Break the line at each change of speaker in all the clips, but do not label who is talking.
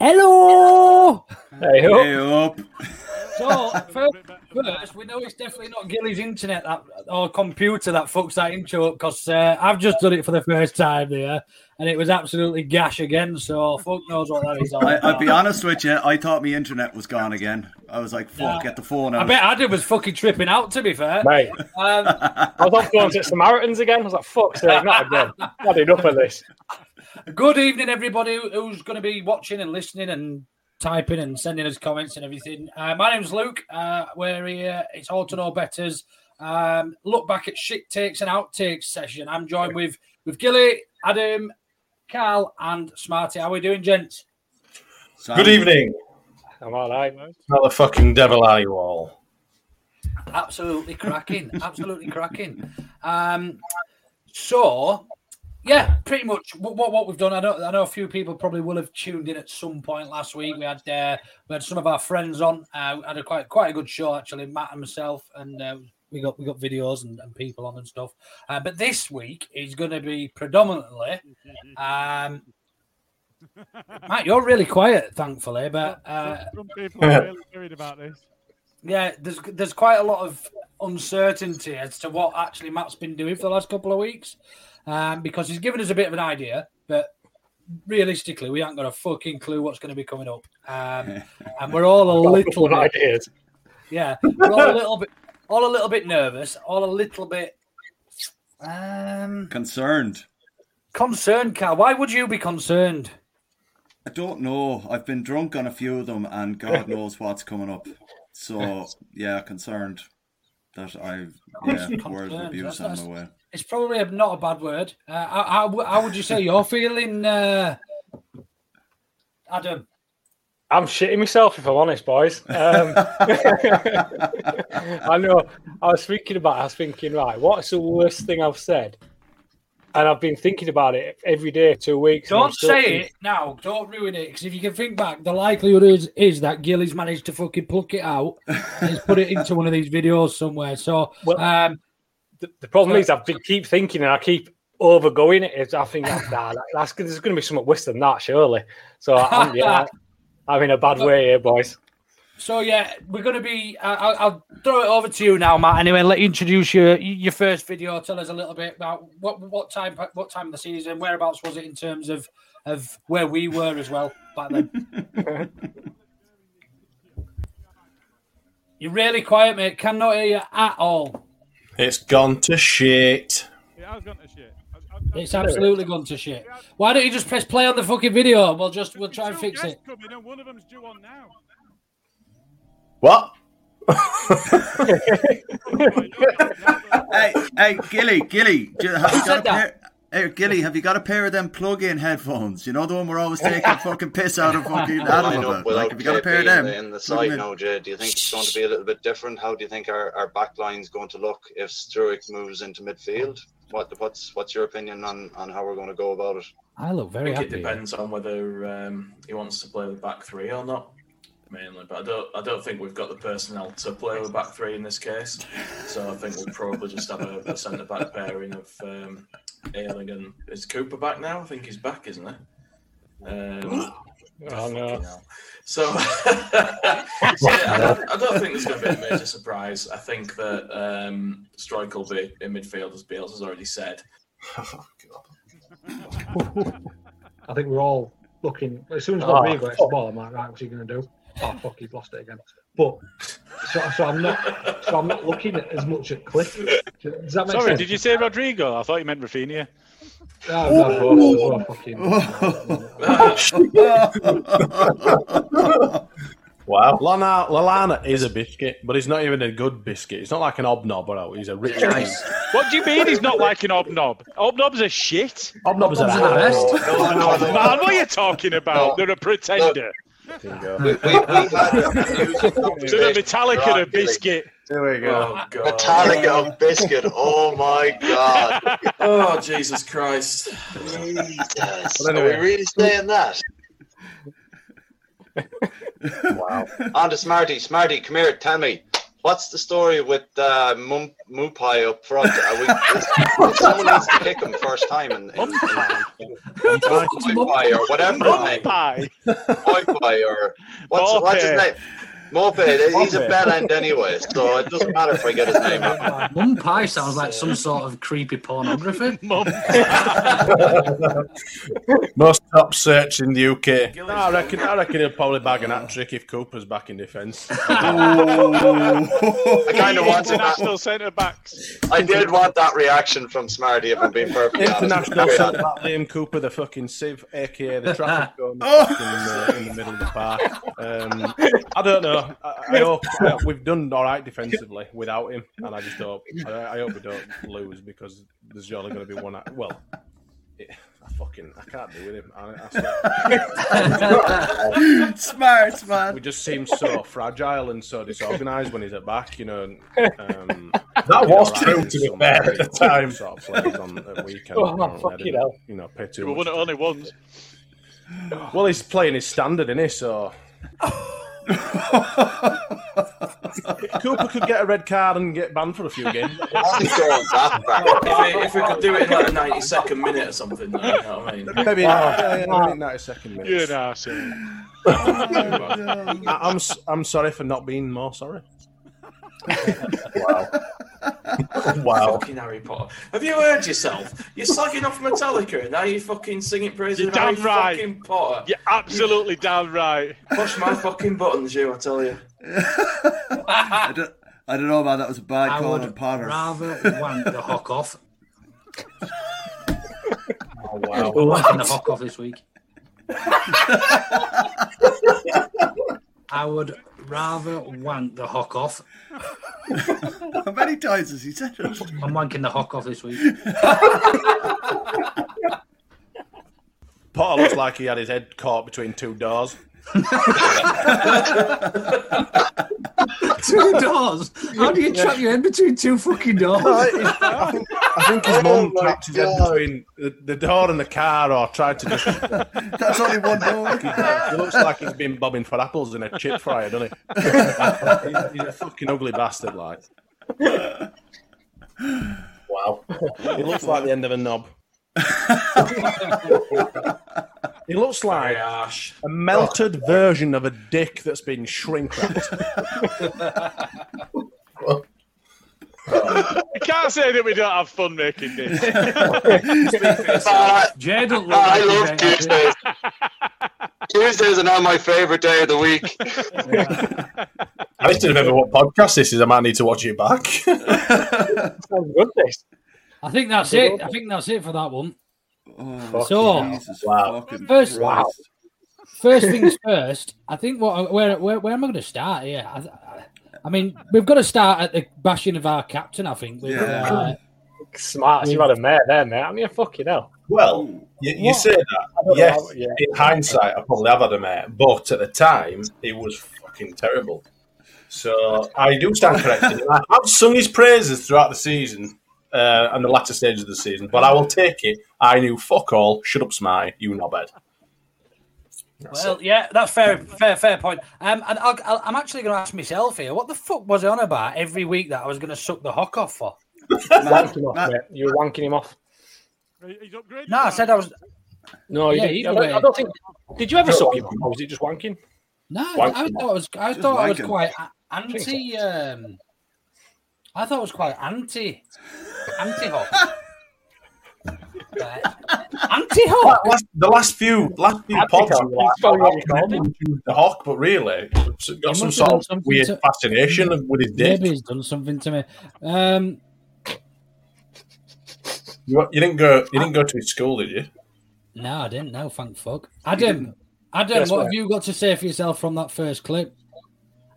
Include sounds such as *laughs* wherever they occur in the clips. Hello!
Hey,
Hey, up.
So, first, first, we know it's definitely not Gilly's internet that, or computer that fucks that intro up because uh, I've just done it for the first time there and it was absolutely gash again. So, fuck knows what that is. all
I, I'll be
about.
honest with you. I thought my internet was gone again. I was like, "Fuck,
Yeah.
get the phone
I
out."
bet Adam was fucking tripping out, to be fair.
mate.
Um,
*laughs* I was off going to Samaritans again. I was like, fuck sake, not
*laughs*
again. Had enough of this.
good evening, everybody who- who's going to be watching and listening and typing and sending us comments and everything. Uh, my name's Luke. Uh, we're here. It's All to Know Betters. Um, look back at shit takes and outtakes session. I'm joined with with Gilly, Adam, Carl, and Smarty. How are we doing, gents?
Sam,
Good evening,
I'm all right, mate.
motherfucking devil are you all?
Absolutely cracking. Absolutely cracking. Um, so, yeah, pretty much what, what what we've done. I know I know a few people probably will have tuned in at some point last week. We had uh, we had some of our friends on. Uh, we had a quite quite a good show actually. Matt and myself, and uh, we got we got videos and, and people on and stuff. Uh, but this week is going to be predominantly. Um, Matt, you're really quiet, thankfully, but uh,
*laughs*
Some
*laughs*
people are really worried about this.
yeah, there's there's quite a lot of uncertainty as to what actually Matt's been doing for the last couple of weeks, um, because he's given us a bit of an idea, but realistically, we haven't got a fucking clue what's going to be coming up,
*laughs*
um, and we're all a
Got a
little
couple of
bit,
ideas.
yeah, we're all a little bit, all a little bit nervous, all a little bit um,
concerned.
concerned. Cal, why would you be concerned?
I don't know. I've been drunk on a few of them, and
*laughs*
God knows what's coming up. So yeah, concerned that I yeah words of
Concerned,
abuse
that's-
on
that's-
the way.
It's probably not a bad word. Uh, how, how, how would you say you're feeling, uh, Adam?
I'm shitting myself if I'm honest, boys.
*laughs*
Um, *laughs* I know. I was thinking about. it, I was thinking, right, what's the worst thing I've said? And I've been thinking about it every day, two weeks. and I'm
Don't
still
say
thinking-
it now. Don't ruin it. Because if you can think back, the likelihood is is that Gilly's managed to fucking pluck it out and he's put it into one of these videos somewhere. So,
Well-
um,
The, the problem
Yeah.
is, I've been, keep thinking and I keep overgoing it. It's- I think nah, that- that's there's going to be something worse than that, surely. So I'm,
*laughs*
yeah, I'm in a bad way here, boys.
so yeah, we're gonna be. I, I'll, I'll throw it over to you now, Matt. Anyway, let you introduce your your first video. Tell us a little bit about what what time what time of the season, whereabouts was it in terms of of where we were as well back then. You're really quiet, mate. Cannot hear you at all.
It's gone to shit.
Yeah, I was going to shit. I, I, I,
It's absolutely gone to shit. Why don't you just press play on the fucking video? We'll just we'll try and
Two
fix it.
guests Coming and one of them's due on now.
What?
hey, hey, Gilly, Gilly, do you- have you
said
got a pair? Hey, Gilly, have you got a pair of them plug-in headphones? You know the one we're always taking fucking piss out of fucking Adam
Line up
about. Like,
without
have you got a
JP
pair of
in
them?
the, in the
Plug 'em
side
in.
now, Jay. Do you think it's going to be a little bit different? How do you think our, our back line's going to look if Sturrock moves into midfield? What what's what's your opinion on, on how we're going to go about it?
I look
I
very
think it
happy.
depends on whether um, he wants to play with back three or not, mainly. But I don't, I don't think we've got the personnel to play with back three in this case. So I think we'll probably just have a, a centre back pairing of um, Ailing and is Cooper back now? I think he's back, isn't he? Um,
Oh, no.
fucking hell. So, *laughs* so, yeah, I, don't, I don't think there's going to be a major surprise. I think that um, Strike will be in midfield, as Beals has already said.
I think we're all looking. As soon as
Ah,
Oh,
Rodrigo gets the ball, I'm like, right, what's he going to do? Oh fuck, he's lost it again. But so, so I'm not, so I'm not looking at as much at Cliff. Does that make
Sorry,
sense?
did you say Rodrigo? I thought you meant Rafinha.
Oh, no, we're- we're all fucking-
Wow. Lana, Lalana is a biscuit, but it's not even a good biscuit. It's not like an obnob or He's a rich nice.
What do you mean he's not like an Obnob? Obnobs are shit.
Obnob's an
the best.
asshole.
Man, what are you talking about? They're a pretender.
There you go.
We, we, we've
*laughs*
had news and
To the
confirmation.
Metallica and a
Right, Billy.
biscuit.
There we go. Oh, God.
Metallica and biscuit. Oh my god.
Oh, Jesus Christ.
Jesus.
But anyway.
Are we really saying that?
Wow.
On to Smarty. Smarty, come here. Tell me, what's the story with uh, Mum- Mupai up front? Are we, if someone needs to kick him first time in, in, in Mupai or whatever his name,
Pie.
Mupai or what's, what's his name? Mope, he's a bad end anyway, so it doesn't matter if I get his name out.
*laughs* Mum pie sounds like some sort of
*laughs*
creepy pornography.
Mum.
Most top search in the UK. I reckon, I reckon he'll probably bag an hat trick if Cooper's back in defence. *laughs*
I kind of want that.
International centre backs.
I did want that reaction from Smarty, if I'm being perfectly honest.
International centre back Liam Cooper, the fucking sieve, aka *laughs* the traffic cone
Oh.
fucking, uh, in the middle of the park. Um, I don't know. I, I hope uh, we've done all right defensively without him, and I just hope I, I hope we don't lose because there's surely going to be one. out- Well, it, I fucking I can't do with him. I, I swear.
*laughs* Smart man.
we just seem so fragile and so disorganised when he's at back, you know. and, Um, that
was true, to be
fair at the time. Sort of players on at weekend,
Oh,
apparently.
fucking
I didn't,
hell.
You know, pay too
We
much
won it
to-
only once.
Well, he's playing his standard, isn't he? So Cooper could get a red card and get banned for a few games.
Only going that far.
if, we, if we could do it in like a ninety-second minute or something, you know what I mean? Ah. Maybe
Ah,
yeah, yeah, maybe ninety-second minute.
You're an
*laughs*
arsehole.
Oh,
*laughs* I, I'm s- I'm sorry for not being more
*laughs*
sorry. wow. Fucking Harry Potter. Have you heard yourself? You're slagging off Metallica and now you're fucking singing praise
You're
of Harry
damn right.
fucking Potter.
You're absolutely damn right.
Push my fucking buttons, you, I tell you.
I don't, I don't know, man. That was a bad
I
call
would
on Potter.
rather wank
*laughs*
the hock off.
Oh,
We're wanking the hock off this week. I would rather wank the hock off.
*laughs* How many times has he said it?
I'm wanking the hock off this week.
Potter looks like he had his head caught between two
*laughs*
doors.
two doors? How do you trap your head between two
*laughs*
fucking doors?
I think, I think
Oh
his mum
my
trapped his head
God.
between the, the door and the car, or tried to just.
That's only one door.
*laughs* He looks like he's been bobbing for apples in a chip fryer, doesn't he? he's,
*laughs*
he's a fucking ugly bastard, like. Wow. He looks like the end of a
*laughs*
knob. he looks like a melted version of a dick that's been shrink wrapped.
You can't say that we don't have fun making this.
Uh,
Jay don't look
I
like he's
love
out here.
Tuesdays. Tuesdays are now my favourite day of the week.
I used to remember what podcast this is. I might need to watch it back.
Sounds good, this.
I think that's it. I think that's it for that one.
Oh,
So-
Jesus
Wow.
fucking
First-
Christ.
First things first. I think what where where, where am I going to start here? I, I, I mean, we've got to start at the bashing of our captain. I think. With,
Yeah.
uh,
Smart, you had a mare there, mate. I mean, fucking hell.
Well, you, you say that.
don't
Yes,
know, yeah.
in hindsight, I probably have had a mate, but at the time, it was fucking terrible. So I do stand
*laughs*
corrected. I have sung his praises throughout the season uh, and the latter stages of the season, but I will take it. I knew fuck all. Shut up, Smarty. You knobhead.
Well, yeah, that's fair, fair, fair point. Um, and I'll, I'll, I'm actually going to ask myself here, what the fuck was I on about every week that I was going to suck the hock off for?
Wanking him off, mate. You were wanking him off.
No, I said I was.
No, you
Yeah,
didn't.
either
I don't,
way.
I don't think. Did you ever suck him off? Or was it just wanking?
No, I-
Wanking
I,
him
thought I was. I
Just
thought I was
wanking.
quite a- anti. Um, I thought I was quite anti, anti hock.
*laughs*
Anti Hawk.
Last, the last few, last few
Anti-Hawk.
pods, you were like,
That's probably what
"Oh,
you called him."
the hawk, but really, it's
He
got some
must
sort of
have done something
weird
to-
fascination with his dick.
Maybe he's done something to me. Um,
You, you didn't go. You didn't go to his school, did you?
no, I didn't know. Thank fuck, Adam. Adam,
Yes,
what
mate.
have you got to say for yourself from that first clip?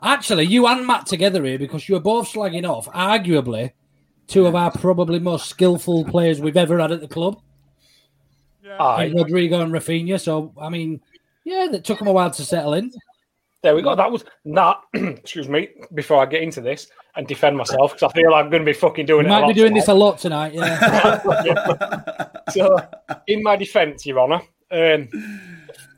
Actually, you and Matt together here because you were both slagging off, arguably, two of our probably most skillful players we've ever had at the club, in
Aye.
Rodrigo and Rafinha. So, I mean, yeah, that took them a while to settle in.
There we go. That was that. *clears throat* excuse me. Before I get into this and defend myself, because I feel I'm going to be fucking doing
We
it. a
might be
lot
doing this a
tonight.
lot tonight.
*laughs*
Yeah.
so, in my defence, Your Honour, um,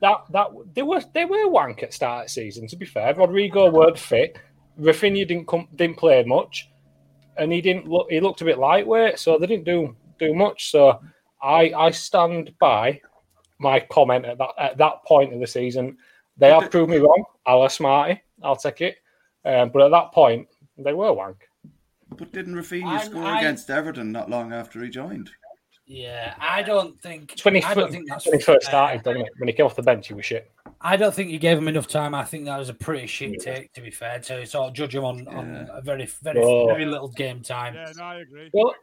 that that they were they were wank at start of season. To be fair, Rodrigo weren't fit. Rafinha didn't come, didn't play much, and he didn't look. He looked a bit lightweight, so they didn't do do much. So, I I stand by my comment at that at that point of the season. They have proved me wrong. I'll smarty. I'll take it. Um, but at that point, they were wank.
But didn't Rafinha
I'm-
score
I'm-
against Everton not long after he joined?
yeah, I don't think.
Twenty
I don't think that's
when he first
fair.
started, didn't it? When he came off the bench, he was shit.
I don't think you gave him enough time. I think that was a pretty shit take, to be fair. To sort of judge him on, on a very, very,
Oh.
very little game time. Yeah,
no, I agree.
Well,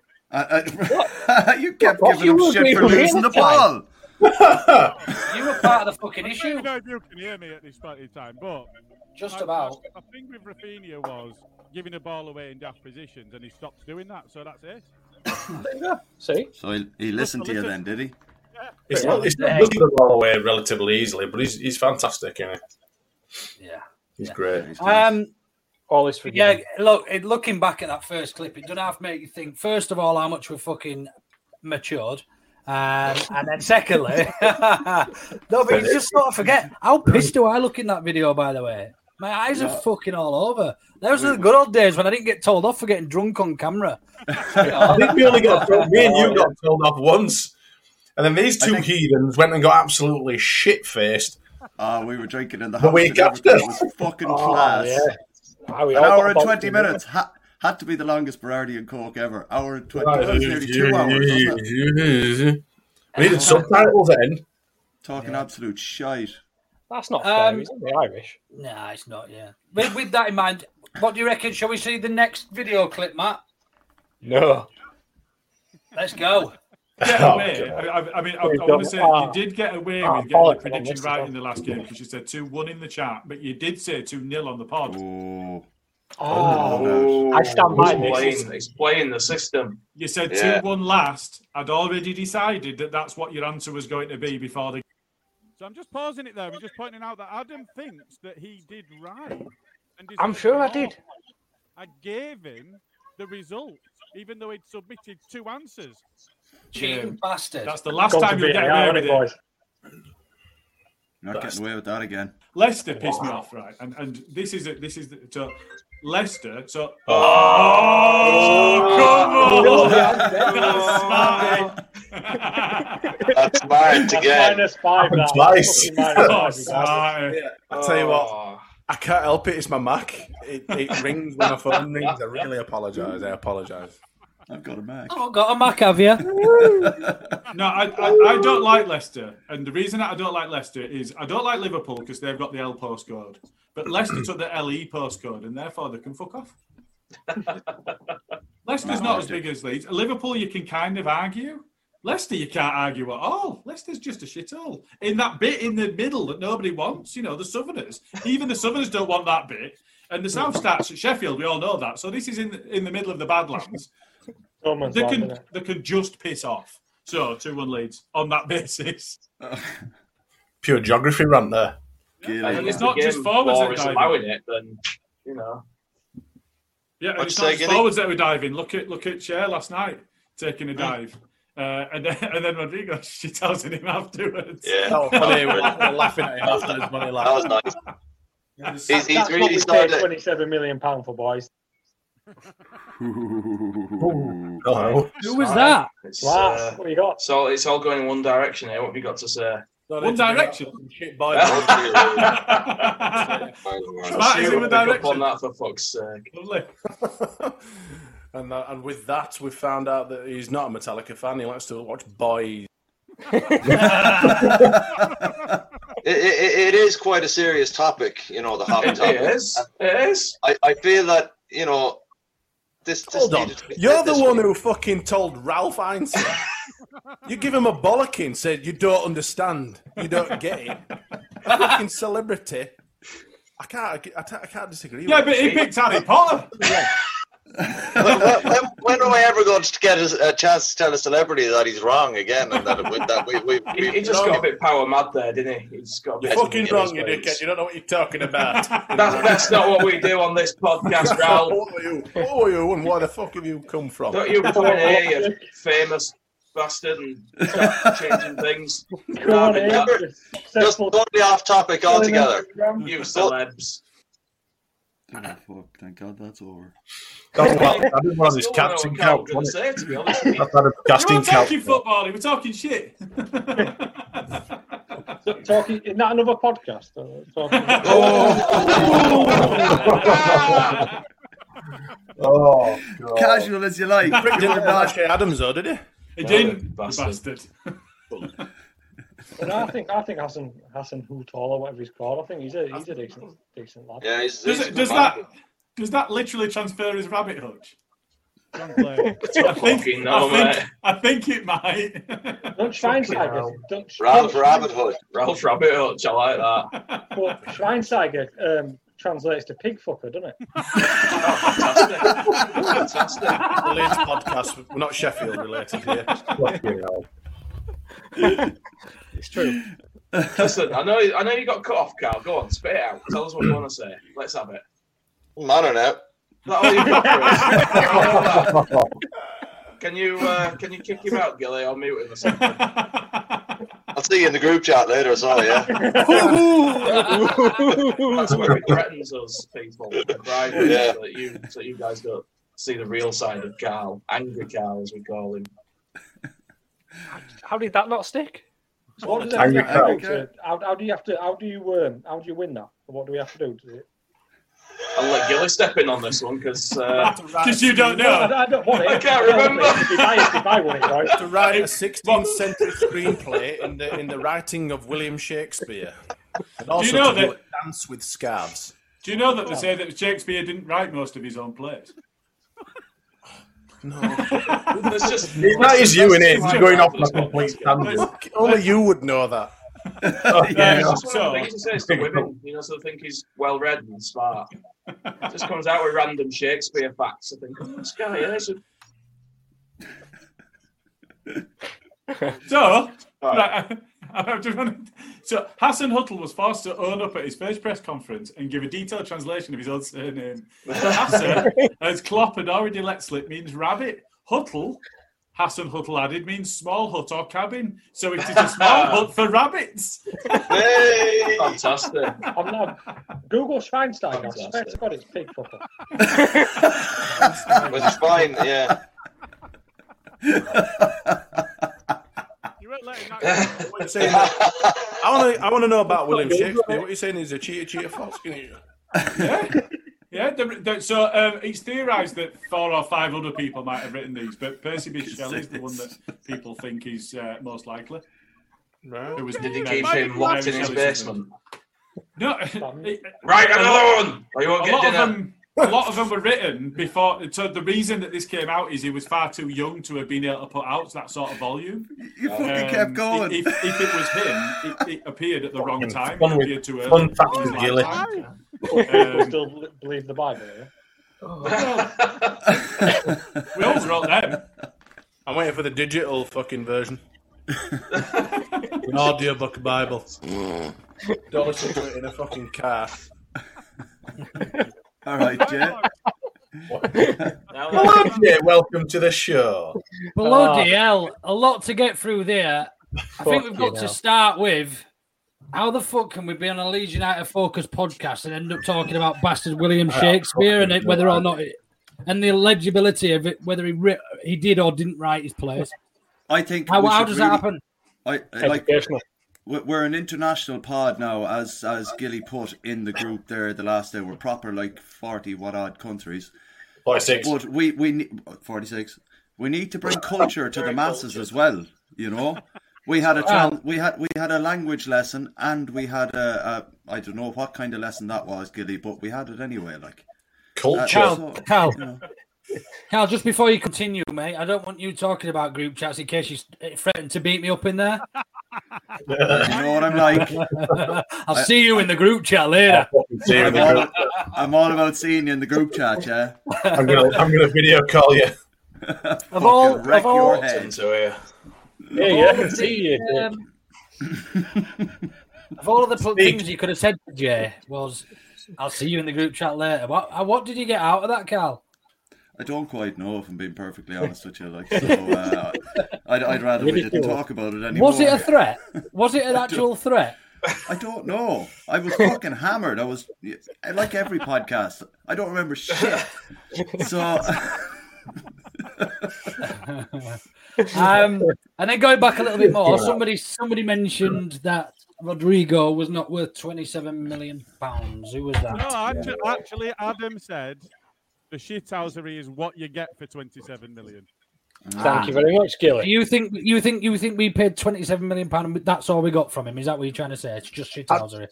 you kept
What?
giving
You
him
were
shit for
agreeing
losing the
with time.
ball.
You were part of the fucking issue.
I don't know if you can hear me at this point in time, but
Just
I-
about.
I, I think with Rafinha was giving the ball away in daft positions, and he stopped doing that. So that's
*laughs*
it.
See?
So he, he listened to you then, did he?
It's not, it's not looking the ball away relatively easily, but he's, he's fantastic, isn't he?
Yeah.
He's great.
Um,
all this
for
yeah. Look, it, looking back at that first clip, it doesn't have to make you think. First of all, how much we fucking matured, um, and then secondly, *laughs* no, but you just sort of forget how pissed do I look in that video. By the way, my eyes are
Yeah.
fucking all over. Those are the good old days when I didn't get told off for getting drunk on camera.
I think we only got told, me and you
*laughs*
got told off once. And then these two heathens went and got absolutely shit faced.
Ah, we were drinking in the,
the
house
week
and everything.
after. Oh,
It was fucking class. An hour and 20 minutes. Ha- had to be the longest Berardi and Coke ever. Hour and 20 minutes. nearly two hours. wasn't it?
*laughs* We needed subtitles then.
Talking absolute shite.
That's not
fair, Um,
is it? The Irish.
Nah, it's not. Yeah. With, with that in mind, what do you reckon? Shall we see the next video clip, Matt?
No.
*laughs*
Let's go.
Oh,
Get away. I, I, I mean, I, I want to say you did get away
Ah,
with getting your
bollocks, I
prediction
missed it.
right in the last game because you said 2 1 in the chat, but you did say 2 0 on the pod.
Oh, I stand by this.
Explain-
Explain the system.
You said 2
Yeah.
1 last. I'd already decided that that's what your answer was going to be before the.
*laughs* So I'm just pausing it there. I'm just pointing out that Adam thinks that he did right. And he's
I'm sure I did.
I gave him the result, even though he'd submitted two answers.
Cheating bastard.
That's the last
Gone
time
to
you'll get
VAR,
away with
innit,
it.
boys?
Not getting away with that again.
Leicester pissed me off, right? And and this is it. This is the, so Leicester. So oh,
Oh,
come on,
*laughs*
That's mine again.
Minus five.
Happened
that.
twice.
Fucking
Oh,
*laughs*
minus
Oh,
five,
guys.
Oh,
I tell you what, I can't help it. It's my Mac. It, it rings when my phone rings. I really apologise. I apologise.
I've got a Mac.
Oh, got a Mac,
*laughs*
have you?
no, I, I, I don't like Leicester, and the reason that I don't like Leicester is I don't like Liverpool because they've got the L postcode, but Leicester took the LE postcode, and therefore they can fuck off. Leicester's not as big as Leeds. Liverpool, you can kind of argue. Leicester, you can't argue at all. Leicester's just a shithole. In that bit in the middle that nobody wants, you know, the Southerners. Even the Southerners don't want that bit.
And the South starts at Sheffield. We all know that. So this is in the, in the middle of the Badlands.
Oh my
they
God,
can
innit?
they can just piss off. So two one leads on that *laughs* basis.
Uh,
Pure geography rant there.
And it's not just forwards that dive in.
then you know.
Yeah, and
What'd
it's
you
not
say,
just
Gilly?
forwards that were diving. Look at look at Cher last night taking a dive. Uh, and, then, *laughs* and then Rodrigo she tells him afterwards.
Yeah. That was funny. We're laugh- we're laughing at him afterwards when he laughed. That was
nice.
He's- he's
That's
really
what we
started-
paid twenty-seven million pound for boys.
Who was that?
It's,
Wow,
uh,
what have you got?
So it's all going in one direction here. What have you got to say?
One Direction.
Shit,
boy.
*laughs* Smart
is in One
On that for fuck's sake.
And, that, and with that, we found out that he's not a Metallica fan. He likes to watch boys.
It, it, it is quite a serious topic, you know, the hobby
It
topic.
is,
It
is.
I, I feel that, you know, this, this
Hold on.
needed to be
You're
said
the
this
one who fucking told Ralph Einstein. you give him a bollocking, said you don't understand. You don't get it. A fucking celebrity. I can't, I can't, I can't disagree
Yeah,
with
but he
you.
picked Harry Potter.
When are we ever going to get a, a chance to tell a celebrity that he's wrong again? And that, we, that we, we,
He,
we,
he just got a bit power mad there, didn't he? He just got a bit.
You're fucking
in his
wrong, you
ways.
dickhead. You don't know what you're talking
*laughs*
about. *laughs*
That's, that's not what we do on this podcast, Ralph.
Who are you? Who are you? And where the fuck have you come from?
Don't you point here, you famous bastard, and start changing things.
on, Ian. Just totally off topic altogether.
You celebs.
Oh, fuck. Thank God that's over.
Oh,
*laughs*
well, I didn't realise his casting couch.
gonna
wasn't
say, to be honest.
it? I've had a
We
casting
were
couch.
talking football. He was talking shit.
*laughs* Talking, is that another podcast?
*laughs*
Uh, talking-
Oh,
*laughs*
Casual as you like.
Rick
You
didn't
were
have
not-
Ashley Adams, though, did he?
He didn't, bastard.
But I think I think Hassan Hassan Hootal or whatever he's called. I think he's a he's a decent decent lad.
Yeah, he's,
Does,
he's
it, does that does that literally transfer his rabbit hutch? Wrong player. *laughs* I think,
Fucking no,
I, think,
mate.
I think it might.
Don't Schweinsteiger, don't
Ralph
don't-
Rabbit Hutch. Ralph Rabbit Hutch, I like that.
But Schweinsteiger um, translates to pig fucker, doesn't it?
Fantastic.
Related podcast. We're not Sheffield related here.
uh,
*laughs* It's true.
Listen, I know, I know you got cut off, Carl. Go on, spit it out. Tell us what you want to say. Let's have it.
I don't know.
Is that all you've got for us? *laughs* can you uh, can you kick him out, Gilly? I'll mute him or something.
I'll see you in the group chat later, so
*laughs*
yeah. *laughs*
That's where it threatens us, people. The bribery,
Yeah.
so that you so you guys don't see the real side of Carl, angry Carl as we call him.
How did that not stick? What does
Angry
that have to do
cow.
to- how, how do you have to? How do you um, How do you win that? What do we have to do? to it?
I'll let Gilly step in on this one because
*laughs*
uh,
Because you don't know.
I, I don't want it.
I can't
*laughs* don't
remember.
want it. If I, if I won it, right?
to write a 16th century screenplay in the in the writing of William Shakespeare, and
Do
also
you know
to do
that-
a dance with scarves.
Do you know that they say that Shakespeare didn't write most of his own plays? *laughs*
There's just
That is you, innit?
there's just-
You're going off on a complete
tangent.
Only you would know that.
Oh,
Yeah, it's just one of the things he says to women, you know, so they think he's well read and smart. just comes out with random Shakespeare facts. I think oh, this guy yeah, he's a
So, right, *laughs* I, I just wanted, so Hassan Huttle was forced to own up at his first press conference and give a detailed translation of his own surname. *laughs* Hassan, as Klopp had already let slip, means rabbit. Huttle, Hassan Huttle added, means small hut or cabin. So it is a *laughs* small hut for rabbits.
fantastic.
I'm not. Google Schweinsteiger. I swear to God, it's pig fucker. *laughs*
But it's fine, yeah.
*laughs* What you saying that- I want to. I want to know about William Shakespeare. What you're saying is a cheater, cheater, fox. Can you?
Yeah, the, the, so um, it's theorised that four or five other people might have written these, but Percy B. Shelley is the one that people think is uh, most likely.
Right.
Who was
Did he
nicknamed
keep
Mary
him locked in his
Shelley's
basement?
*laughs* No. it-
Right,
a lot-
another one, or you won't
a
get
lot of
dinner.
them- a lot of them were written before. So the reason that this came out is he was far too young to have been able to put out that sort of volume. Um,
You fucking kept going.
If, if it was him, it, it appeared at the wrong time.
Fun,
it appeared
with,
too early.
fun
in
fact
his
with Gilly.
lifetime.
People still believe the Bible. Yeah?
Oh. we all wrote them. I'm waiting for the digital fucking version. An audiobook Bible. Don't listen to it in a fucking car.
*laughs* All right, Jay.
Hello, Jay. Welcome to the show.
Ah.
Bloody hell, a lot to get through there. I think we've got
Fucking
to
hell.
start with how the fuck can we be on a Legion Out of Focus podcast and end up talking about bastard William
Oh,
Shakespeare and
fucking
it, whether or not it, and the legibility of it, whether he writ, he did or didn't write his plays?
I think
How-
we
how
should
does that happen?
I, I like we're we're an international pod now, as as Gilly put in the group there the last day. We're proper like forty what odd countries.
46.
But we we ne- forty six. We need to bring culture to the masses as well. You know, we
Ah.
had a trans, we had we had a language lesson and we had a, a I don't know what kind of lesson that was, Gilly, but we had it anyway. Like Uh,
Cal,
so-
Cal, Cal, just before you continue, mate, I don't want you talking about group chats in case you s- eh, threaten to beat me up in there.
*laughs* you know what I'm
*laughs*
like.
I'll see you in the group chat later.
see you in
I'm,
the
all,
group.
I'm all about seeing you in the group chat, yeah.
I'm gonna, I'm gonna video call you.
Of all,
Fucking wreck
of all, oh,
your head.
of all
yeah,
the
see
thi- um, of all of the pl- things you could have said to Jay was, "I'll see you in the group chat later." What? uh, What did you get out of that, Cal?
I don't quite know if I'm being perfectly honest with you. Like,
*laughs*
so uh, I'd, I'd rather we didn't
Ridiculous.
talk about it anymore.
Was it a threat?
*laughs*
Was it an actual threat?
I don't know. I was fucking hammered. I was I like every podcast. I don't remember shit. So *laughs*
um, and then going back a little bit more, somebody somebody mentioned that Rodrigo was not worth twenty-seven million pounds. Who was that?
No, actu- actually, Adam said the shithousery is what you get for 27 million.
Thank you very much, Gilly.
Do *laughs* you think you think you think we paid twenty-seven million pound and that's all we got from him? Is that what you're trying to say? It's just shithousery.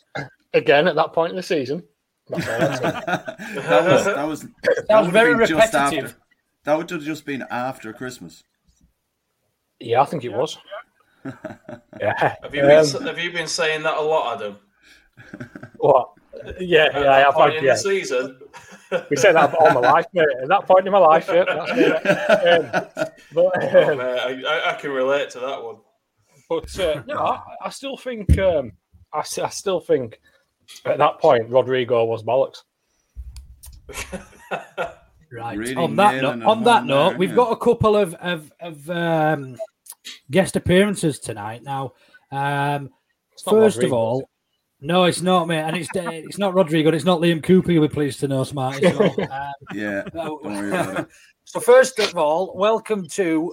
Again, at that point in the season.
that was that was that,
was
would have
very
been just
repetitive.
after. That would have just been after Christmas.
Yeah, I think it was. yeah.
Have you, been,
Um,
have you been saying that a lot, Adam?
what? Yeah, yeah, I have.
Point in
yeah.
the season.
We said that all my life, mate. At that point in my life, yeah, that's it. Um, *laughs* but,
Oh,
um,
mate, I, I- I can relate to that one.
but uh, no, I, I still think um, I, s- I still think at that point Rodrigo was bollocks.
*laughs* Right.
Really
on that
nailing
note,
them
on that
on
note,
there,
we've
yeah.
got a couple of of, of um, guest appearances tonight. Now, um,
not
first of
Rodrigo,
all, no, it's not, mate, and it's uh, it's not Rodrigo, and it's not Liam Cooper. You'll be pleased to know, smart. It's
*laughs*
not. Um,
Yeah.
No.
Don't worry about it.
*laughs* so, first of all, welcome to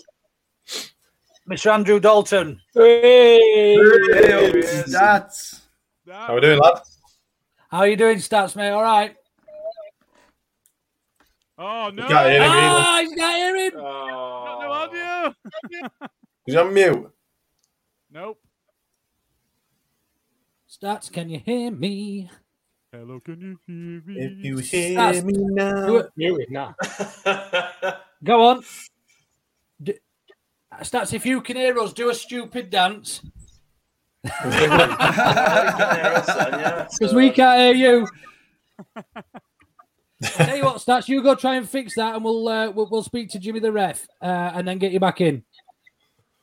Mr. Andrew Dalton. *laughs*
Stats.
How we doing, lad?
How are you doing, stats, mate? All right.
Oh no!
Can't hear him either.
Ah, he's not hearing.
Got no audio. *laughs*
He's on mute.
nope.
Stats, can you hear me?
Hello, can you hear me?
If you
Stats,
hear me
do
now,
it.
You now.
*laughs* Go on. D- Stats, if you can hear us, do a stupid dance. *laughs* Because we can't hear you. I'll tell you what, Stats, you go try and fix that, and we'll uh, we'll, we'll speak to Jimmy the ref, uh, and then get you back in.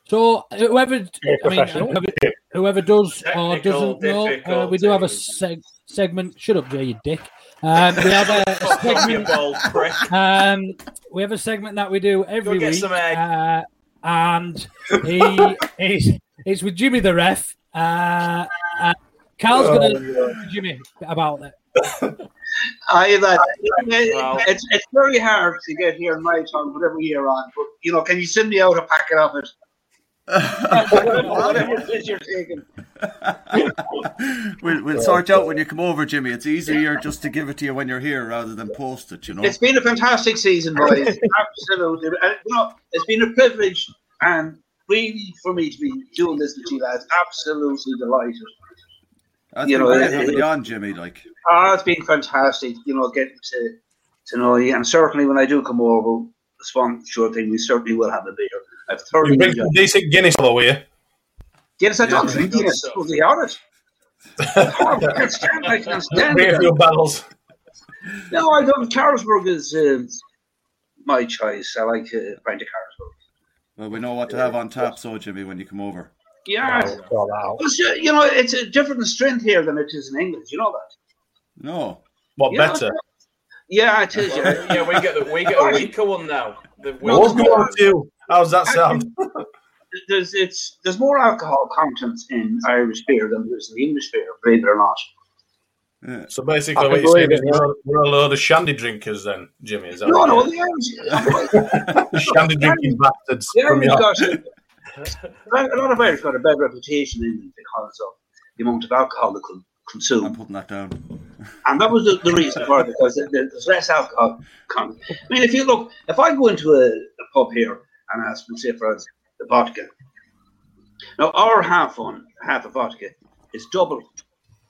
So whoever, I mean,
professional.
whoever, whoever does or
Technical
doesn't know, uh, we do have a seg- segment. Shut up, Jay, you dick. Um, we
*laughs*
have a segment.
Ball prick.
Um, we have a segment that we do every
get
week,
some egg.
uh, and
*laughs*
he is it's with Jimmy the ref. Uh, uh, Cal's
Oh,
gonna Jimmy about it.
*laughs* I that it's it's very hard to get here in my town, whatever year on. But you know, can you send me out a packet of
*laughs*
it? *laughs* whatever it is you're taking.
We'll, we'll sort out when you come over, Jimmy. It's easier just to give it to you when you're here rather than post it. You know.
It's been a fantastic season,
*laughs*
boys. Absolutely, and, you know, it's been a privilege and really for me to be doing this with you lads. Absolutely delighted.
That's
you
been
know,
great
it-
having
it-
you on, Jimmy. Like,
Ah, it's been fantastic. You know, getting to to know you, and certainly when I do come over, it's one sure thing. We certainly will have a beer. I've
you
thoroughly
bring
enjoyed.
some decent Guinness, though, will you?
Guinness, I don't
Yeah,
drink
good *laughs*
Guinness.
stuff.
To be honest, oh, that's can't I can stand
Pay for
it.
your battles.
No, I love Carlsberg is um, my choice. I like uh, pint of Carlsberg.
Well, we know what to have on tap, so Jimmy, when you come over.
Yeah,
Oh.
Because, uh, you know it's a different strength here than it is in England. You know that.
No.
What
Yeah.
better?
Yeah, it is.
Well, yeah, we get the we get a weaker one now. The
Well, What's going on to you? How's that sound?
*laughs* There's it's there's more alcohol content in Irish beer than there is in the English beer, believe it or not.
So
I
basically,
can
what you're saying
believe
is
it,
we're, a- we're a load of shandy drinkers, then, Jimmy? Is that
No,
what
no,
you're
the Irish.
saying? shandy drinking bastards
The
from
Irish
your.
got a, a lot of Irish got a bad reputation in England because of the amount of alcohol they con- consume. I'm
putting that down.
And that was the, the reason for it because there- there's less alcohol. Con- I mean, if you look, if I go into a, a pub here and ask them, say, for us, the vodka. Now, our half one, half a vodka, is double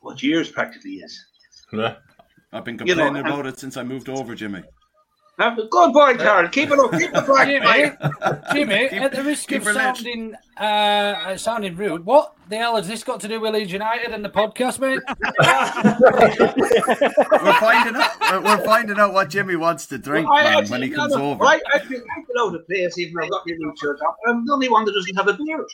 what yours practically is.
I've been
You know,
complaining
and-
about it since I moved
*laughs*
over, Jimmy.
Have a good boy, Carol. Keep it up. Keep
*laughs*
the black
Jimmy, Jimmy at the risk of
keep her lit.
sounding uh, uh, sounding rude, what the hell has this got to do with Leeds United and the podcast, mate?
We're finding out. We're, we're finding out what Jimmy wants to drink
Well, I
man,
actually-
when he
no,
comes
no,
over.
I, I feel I feel out of place even though I've got my new shirt on. I'm the only one that doesn't have a beard.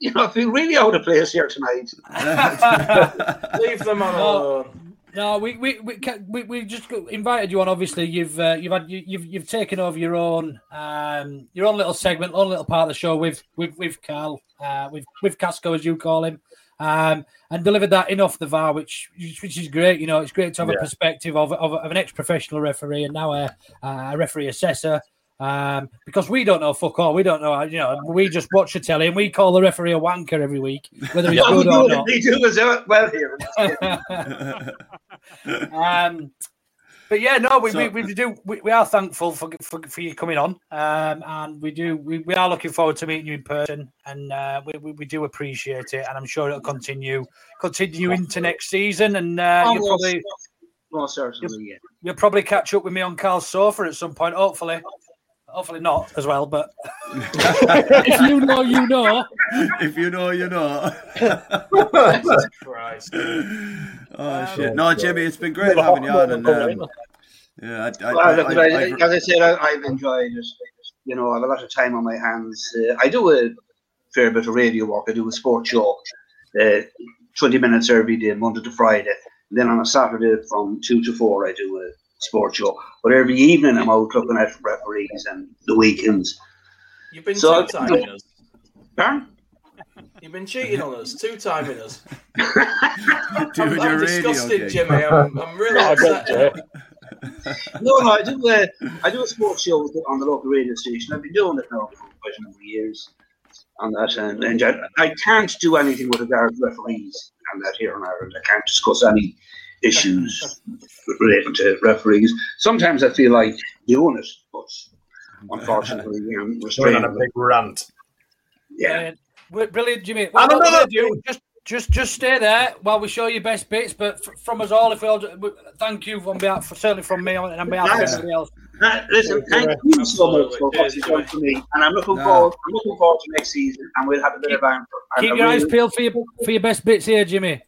You know, I feel really out of place here tonight.
*laughs* Leave them on alone.
No, we we we ca- we, we just got- invited you on. Obviously, you've uh, you've had you, you've you've taken over your own um your own little segment, own little part of the show with with with Carl, uh, with with Casco as you call him, um, and delivered that in off the VAR, which which is great. You know, it's great to have
Yeah.
a perspective of of, of an ex professional referee and now a a referee assessor. Um, because we don't know fuck all, we don't know. You know, we just watch the telly and we call the referee a wanker every week, whether he's
What we
*laughs*
good
do-
or not.
we do is uh, well
*laughs*
here.
um, but yeah, no, we,
So-
we, we do we, we are thankful for, for for you coming on, um, and we do we, we are looking forward to meeting you in person, and uh, we, we we do appreciate it, and I'm sure it'll continue continue into next season, and uh,
Oh,
you'll
well,
probably
well, certainly, yeah.
you'll probably catch up with me on Carl's sofa at some point, hopefully. Hopefully not as well, but if you know, you know.
*laughs* if you know, you
*laughs*
*laughs*
know.
Christ.
*laughs* Oh shit! No, Jimmy, it's been great having you on. And, um, yeah, I, I,
Well,
I,
look,
I, I,
as I said, I, I've enjoyed it. You know, I have a lot of time on my hands. Uh, I do a fair bit of radio work. I do a sports show, uh, 20 minutes every day, Monday to Friday. And then on a Saturday from 2 to 4, I do a sports show. But every evening, I'm out looking at referees and the weekends.
You've been
So-
two timing us.
Pardon?
You've been cheating on us, two timing us.
*laughs* Doing
I'm, I'm
your radio
disgusted,
gig.
Jimmy. I'm, I'm really
Oh, *laughs* I
upset.
bet,
now.
no, no, I do. Uh, I do a sports show with- on the local radio station. I've been doing it now for quite a number of years. On that, and, and I, I can't do anything with regard to referees and that here in Ireland. I can't discuss any issues relating to referees. Sometimes I feel like doing it, but unfortunately, I'm
Going on
restrained.
a big rant.
Yeah.
We're Brilliant, Jimmy.
I don't
what
know
we're
that
gonna do- Just, just, just stay there while we show you best bits. But f- from us all, if we all, do- we- thank you on behalf, certainly from me and on behalf of
Nice.
everybody else.
Uh, listen, thank you so much for what you've done for me, and I'm looking forward. I'm looking forward to next season, and we'll have a bit of banter. And I
Keep your eyes
really-
peeled for your for your best bits here, Jimmy.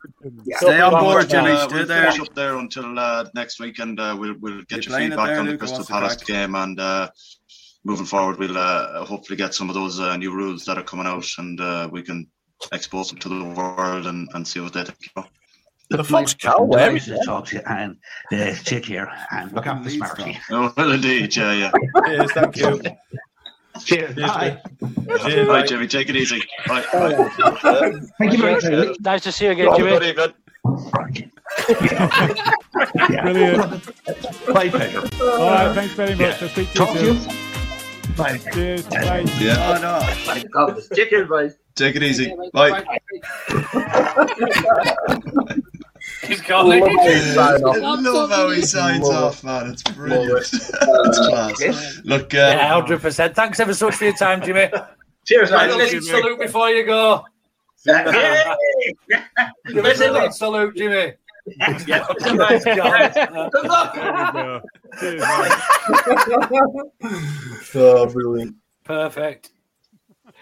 Stay on board, Jimmy.
Uh,
Stay
we'll
there.
finish up there until uh, next week, and uh, we'll we'll get your
playing it
feedback
there,
on the
Luke,
Crystal
what's the
Palace
crack?
game, and uh, moving forward, we'll uh, hopefully get some of those uh, new rules that are coming out, and uh, we can expose them to the world and, and see what they think. *laughs*
The
fox
cow,
where is
it? Talk to you and uh, take care and look out for Smarty. *laughs*
Oh, well, indeed, yeah, yeah.
Cheers, thank you.
Cheers.
Bye. Bye, Jimmy. Take it easy. Bye. Bye.
Thank
you very much, Jimmy.
*laughs* Nice to see you
Have
again,
a
Jimmy.
good evening. *laughs*
Brilliant.
Play pleasure.
All right, thanks very much. I'll speak to you
Talk to
soon.
you. Bye.
Cheers. Bye.
Yeah.
Oh, no. Take care, *laughs* bye.
Take it easy. Bye.
He's
calling.
love how he signs off, man. It's brilliant. That's class. Look, uh,
Yeah, hundred percent. Thanks ever so much for your time, Jimmy.
Cheers,
Right,
mate.
let's
Jimmy.
salute before you go.
Yeah.
Give us a little salute, Jimmy. Yeah. Nice job.
Good luck.
Oh, brilliant.
Oh,
Perfect.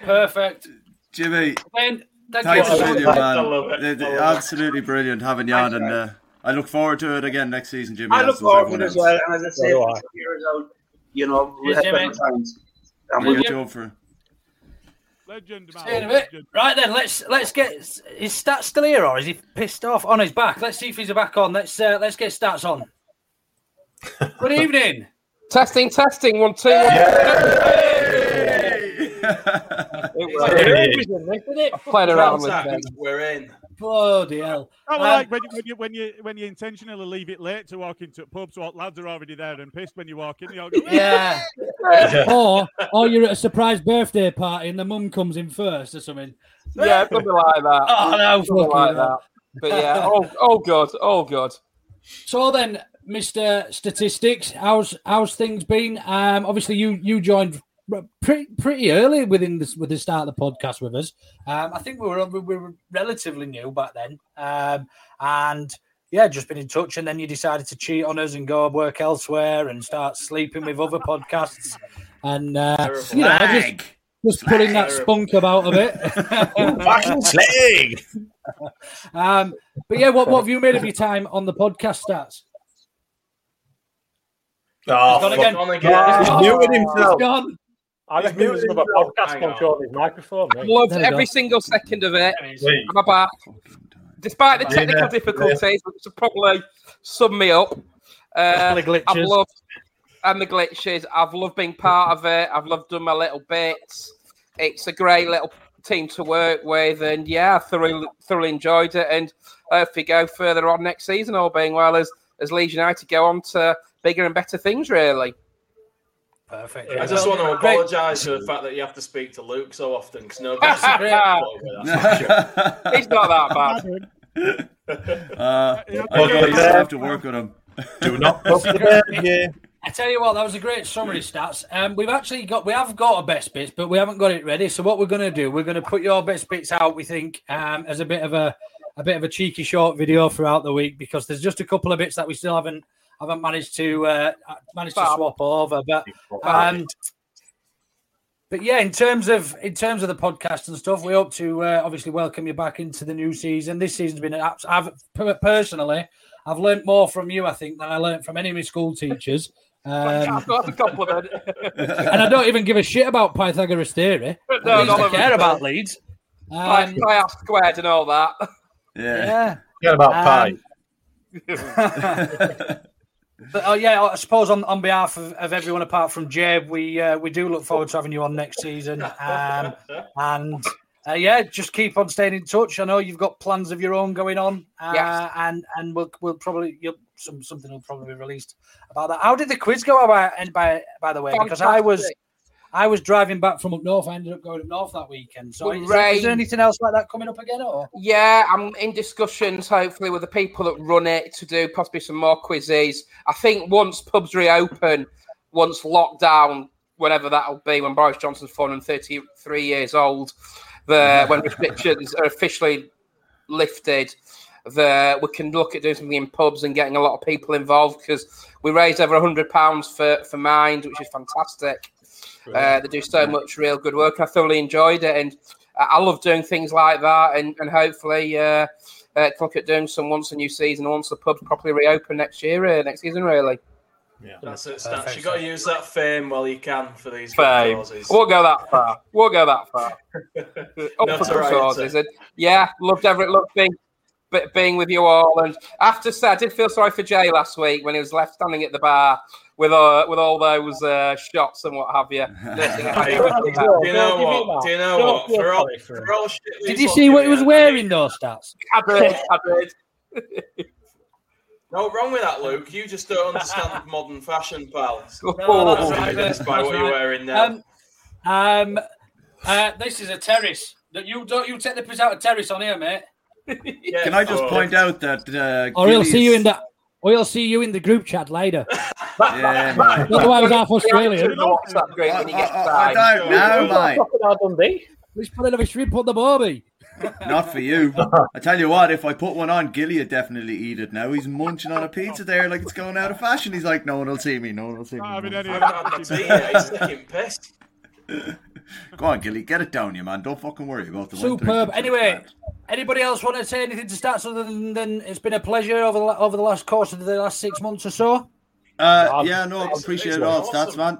Perfect.
Jimmy,
Then Thank
Thanks,
you.
Brilliant,
I
man.
love it.
They- they-
I love it.
absolutely brilliant having you on, and uh, I look forward to it again next season, Jimmy.
I
as
look
does
forward to it
everyone
as
else.
well. And as I say,
do I.
for years out, you know, we
Cheers,
have better
Jimmy.
times. And
Brilliant
we'll-
job
*laughs*
for
See you in a bit. Oh, Right then, let's let's get is stats still here or is he pissed off on his back? Let's see if he's back on. Let's uh, let's get stats on. Good evening.
Testing, testing. One, two.
Playing around with them.
We're in.
Bloody hell!
Oh, well,
Um,
like when you, when you when you when you intentionally leave it late to walk into pubs, what lads are already there and pissed when you walk in. They all go,
Yeah.
*laughs* Yeah.
Um, or or you're at a surprise birthday party and the mum comes in first or something.
Yeah, probably like that.
Oh no,
Something
fucking
like
hell.
that. But yeah, oh, oh god, oh god.
So then, Mister Statistics, how's how's things been? Um, obviously you you joined pretty pretty early within this with the start of the podcast with us. Um, I think we were we were relatively new back then, um, and yeah, just been in touch. And then you decided to cheat on us and go work elsewhere and start sleeping with other podcasts, and uh,
Terrible.
you know
Slag.
just, just pulling that
Slag.
spunk about a bit.
Fucking slag.
*laughs* Um, but yeah, what what have you made of your time on the podcast stats?
Oh,
He's
Oh,
gone again.
fuck.
Yeah.
He's muted himself.
He's gone.
I just muted him. Podcast control his microphone.
I've
mate.
loved every single second of it. I'm about. Despite the
Yeah.
technical
Yeah.
difficulties, which will probably sum me up. Uh,
the glitches.
I've loved and the glitches. I've loved being part of it. I've loved doing my little bits. It's a great little team to work with, and yeah, I thoroughly thoroughly enjoyed it. And uh, if we go further on next season, all being well, as as Leeds United go on to bigger and better things, really.
Perfect.
I just want to apologise for the fact that you have to speak to Luke so often because
*laughs*
nobody's
*laughs*
He's not that bad.
*laughs*
*laughs*
Uh,
Yeah,
I know
okay.
you still have to work with him. Do not
I tell you what, that was a great summary stats. Um, we've actually got we have got a best bits, but we haven't got it ready. So what we're going to do, we're going to put your best bits out. We think um, as a bit of a a bit of a cheeky short video throughout the week because there's just a couple of bits that we still haven't haven't managed to uh, managed to swap over. But um, but yeah, in terms of in terms of the podcast and stuff, we hope to uh, obviously welcome you back into the new season. This season's been an abs- I've per- personally, I've learnt more from you, I think, than I learnt from any of my school teachers.
*laughs*
Um,
That's a compliment.
*laughs* and I don't even give a shit about Pythagoras theory.
But
At
no,
least
not
I
every-
care about Leeds.
Pi-
Um,
pi R squared and all that.
Yeah. Um,
Forget about pie.
*laughs* But oh yeah, I suppose on, on behalf of, of everyone apart from Jeb, we uh, we do look forward to having you on next season. Um, and uh, yeah, just keep on staying in touch. I know you've got plans of your own going on. Uh,
Yes.
And and we'll we'll probably you'll, some something will probably be released about that. How did the quiz go by and by by the way? Because I was
Fantastic.
I was driving back from up north. I ended up going up north that weekend. So
With
is, there- is
rain.
there anything else like that coming up again? Or
Yeah, I'm in discussions hopefully with the people that run it to do possibly some more quizzes. I think once pubs reopen, once lockdown, whenever that'll be, when Boris Johnson's 433 years old, the when restrictions are officially lifted, the we can look at doing something in pubs and getting a lot of people involved because we raised over hundred pounds for for Mind, which is fantastic. Uh, they do so much real good work. I thoroughly enjoyed it, and I I love doing things like that. And, and hopefully, uh, uh, look at doing some once a new season, once the pub properly reopen next year, uh, next season, really.
That's it, Stats. you got to use that fame while you can for these good
Fame.
causes.
We'll go that far. We'll go that far. Up
Not
for
to
good
write,
causes.
sir.
And yeah, loved every loved being, be- being with you all. And after say, I did feel sorry for Jay last week when he was left standing at the bar with uh, with all those uh, shots and what
*laughs*
have
*laughs*
you.
Do you know what? Do you know what? For all, for all shit we
did you
fuck
see what he
you
was
in.
wearing? Those stats.
I did.
*laughs*
I did.
No, wrong with that, Luke. You just don't understand modern fashion, pal.
No,
that's
Don't be
right, that's
convinced by what
right.
you're wearing now.
Um, Um, uh, this is a terrace. That you don't you take the piss out of terrace on here, mate.
*laughs* Can I
Oh.
just point out that? Uh,
Or he'll see you in
Gillies-
the or he'll see you in the group chat later.
*laughs*
Yeah, man.
Not the way I was half Australian.
I don't know, mate.
Let's put another shrimp on the barbie.
Not for you. I tell you what, if I put one on, Gilly would definitely eat it now. He's munching on a pizza there like it's going out of fashion. He's like, no one will see me. No one will see me. no one will see me."
I've not had my tea yet. He's sticking piss.
Go on, Gilly, get it down, you man. Don't fucking worry about the one three.
Superb. Anyway, anybody else want to say anything to start other than, than it's been a pleasure over the, la- over the last course of the last six months or so?
Uh, yeah, no, I appreciate all the stats, man.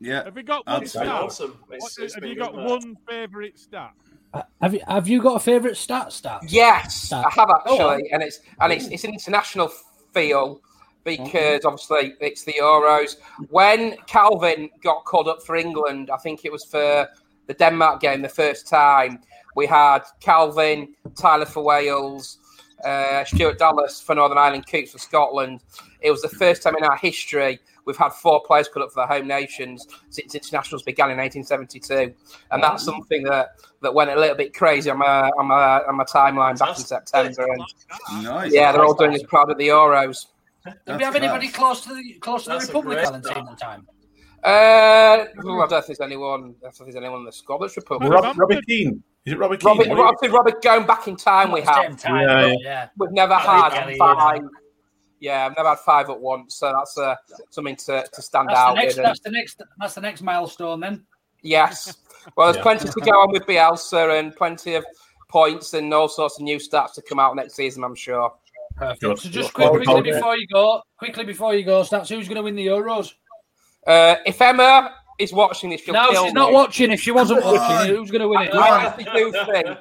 Yeah.
Have you got one
absolutely.
stat? What- have you got one favourite stat?
Have you Have you got a favourite stat? Stat?
Yes,
Stat.
I have
Go on.
actually, and it's and it's it's an international feel because obviously it's the Euros. When Calvin got called up for England, I think it was for the Denmark game the first time. We had Calvin, Tyler for Wales, uh, Stuart Dallas for Northern Ireland, Coots for Scotland. It was the first time in our history we've had four players called up for their home nations since internationals began in 1972, and that's something that, that went a little bit crazy on my on my, on my timeline back in September. And
Nice.
yeah, they're all doing us proud of the Euros.
Did we have anybody close to the close to
That's
the
a
Republic
great
Valentine
stat.
that time?
Uh, well, I don't know if there's anyone. I don't think there's anyone in the Scottish Republic.
Rob, Robbie Keane. Is it Robbie Keane?
Robert,
What
Robert, Robert, going back in time, we have.
time, Yeah, yeah.
yeah.
We've never
Yeah,
had
yeah.
five. Yeah, I've never had five at once, so that's uh, something to, to stand
That's the,
out.
next,
with.
that's the next. That's the next milestone then.
Yes. Well, there's
Yeah.
plenty to go on with Bielsa and plenty of points and all sorts of new stats to come out next season, I'm sure.
Good.
Perfect.
So just quick, quickly before you go, quickly before you go, stats. Who's going to win the Euros?
Uh, if Emma is watching this, she'll
No,
kill
she's not
me.
watching. If she wasn't watching, who's going to win it?
I, I honestly do think.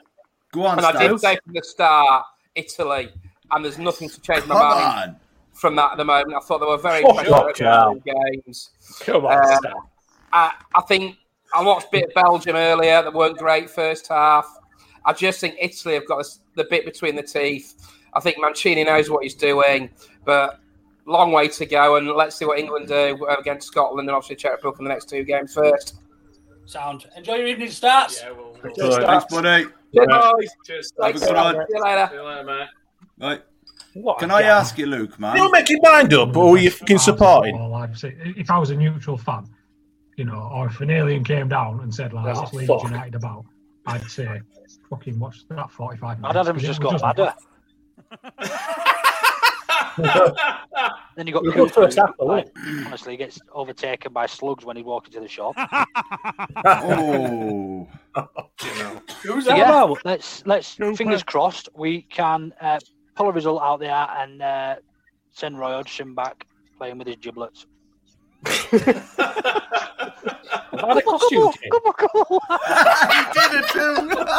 Go on,
and I did
Stiles.
say from the start, Italy, and there's nothing to change my
Come
mind from that at the moment. I thought they were very
Fuck
impressive
off, Cal.
games.
Come on,
Uh,
Um,
Stan.
I, I think I watched a bit of Belgium earlier that weren't great first half. I just think Italy have got this- the bit between the teeth. I think Mancini knows what he's doing, but long way to go. And let's see what England do uh, against Scotland and obviously Czech Republic in the next two games first.
Sound. Enjoy your evening, stats. Yeah,
All right, Thanks, buddy.
Cheers, boys.
Cheers.
Have a good one.
See you later.
See you later, mate.
Right.
What
Can I
guy.
ask you, Luke, man?
You're making mind up, but who are you fucking supporting?
Well, I'd say, if I was a neutral fan, you know, or if an alien came down and said, like,
Oh,
what's Leeds
fuck.
United about, I'd say, fucking watch that 45 minutes.
I'd have him
'cause it
just
was
got ladder. *laughs*
*laughs* then you got
We've
Cooper,
got first half,
who,
haven't
like, honestly he gets overtaken by slugs when he walks into the
*laughs*
shop.
oh.
So, yeah, well, let's let's fingers crossed we can uh, pull a result out there and uh, send Roy Hodgson back playing with his
*laughs*
giblets.
I've had a costume change. *laughs*
I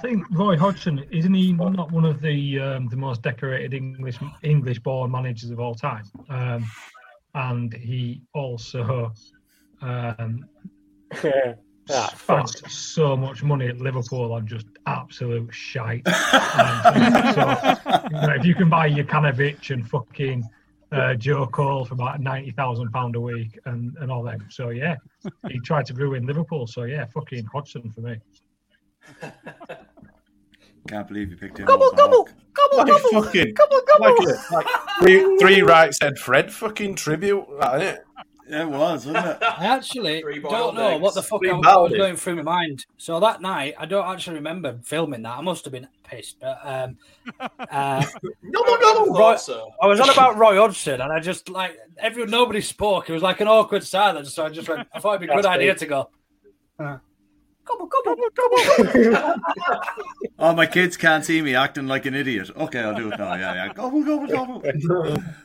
think Roy Hodgson isn't he not one of the um, the most decorated English English born managers of all time, um, and he also um,
Ah,
spent so much money at Liverpool on just absolute shite. Um, so, you know, if you can buy Jokanovic and fucking uh, Joe Cole for about ninety thousand pound a week and and all that, so yeah, he tried to ruin Liverpool. So yeah, fucking Hodgson for me.
*laughs* Can't believe you picked him.
Gobble,
up, man.
Like fucking, like a- like three, three right said Fred fucking tribute, that, innit?
It was, wasn't it?
I
*laughs*
actually don't
boiled
know
eggs.
what the fuck
Three
I, was- I
boiled
was
eggs.
going through my mind. So that night, I don't actually remember filming that. I must have been pissed, but um, uh, Roy- I was on about Roy Hodgson, and I just like everyone, nobody spoke. It was like an awkward silence. So I just went, I thought it'd be a good
That's
idea
big.
to go. Uh,
Oh, my kids can't see me acting like an idiot. Okay, I'll do it now. Yeah, yeah. Gobble, gobble, gobble.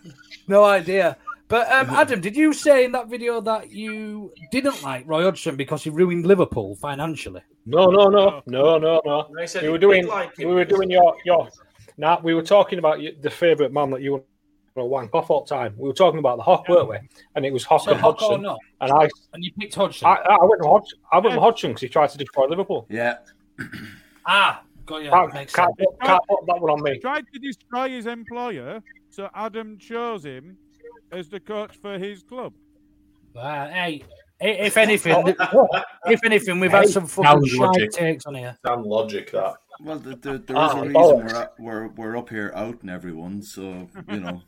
*laughs* no idea. But um, Adam, did you say in that video that you didn't like Roy Hodgson because he ruined Liverpool financially?
No, no, no, no, no, no.
They said
We were
he
doing,
did like
we
him.
were doing your, your. Now we were talking about you- the favourite man that you want to wank off all the time. We were talking about the Hawk, weren't we? And it was Hawk
So
and
Hock or
Hodgson.
not?
And I,
And you picked Hodgson.
I, I went with Hodgson. I went with Hodgson because he tried to destroy Liverpool.
Yeah.
ah, got you.
Can't,
Makes
can't,
sense.
put- can't put that one on me.
Tried to destroy his employer, so Adam chose him as the coach for his club.
Well, hey, i-
*laughs*
if anything, if anything, we've had
Hey,
some fucking
sounds logic.
shite takes on here.
Damn logic, that.
Well, there, there, there is
Ah,
a reason
bollocks.
we're, up- we're, we're up here outing everyone, so, you know.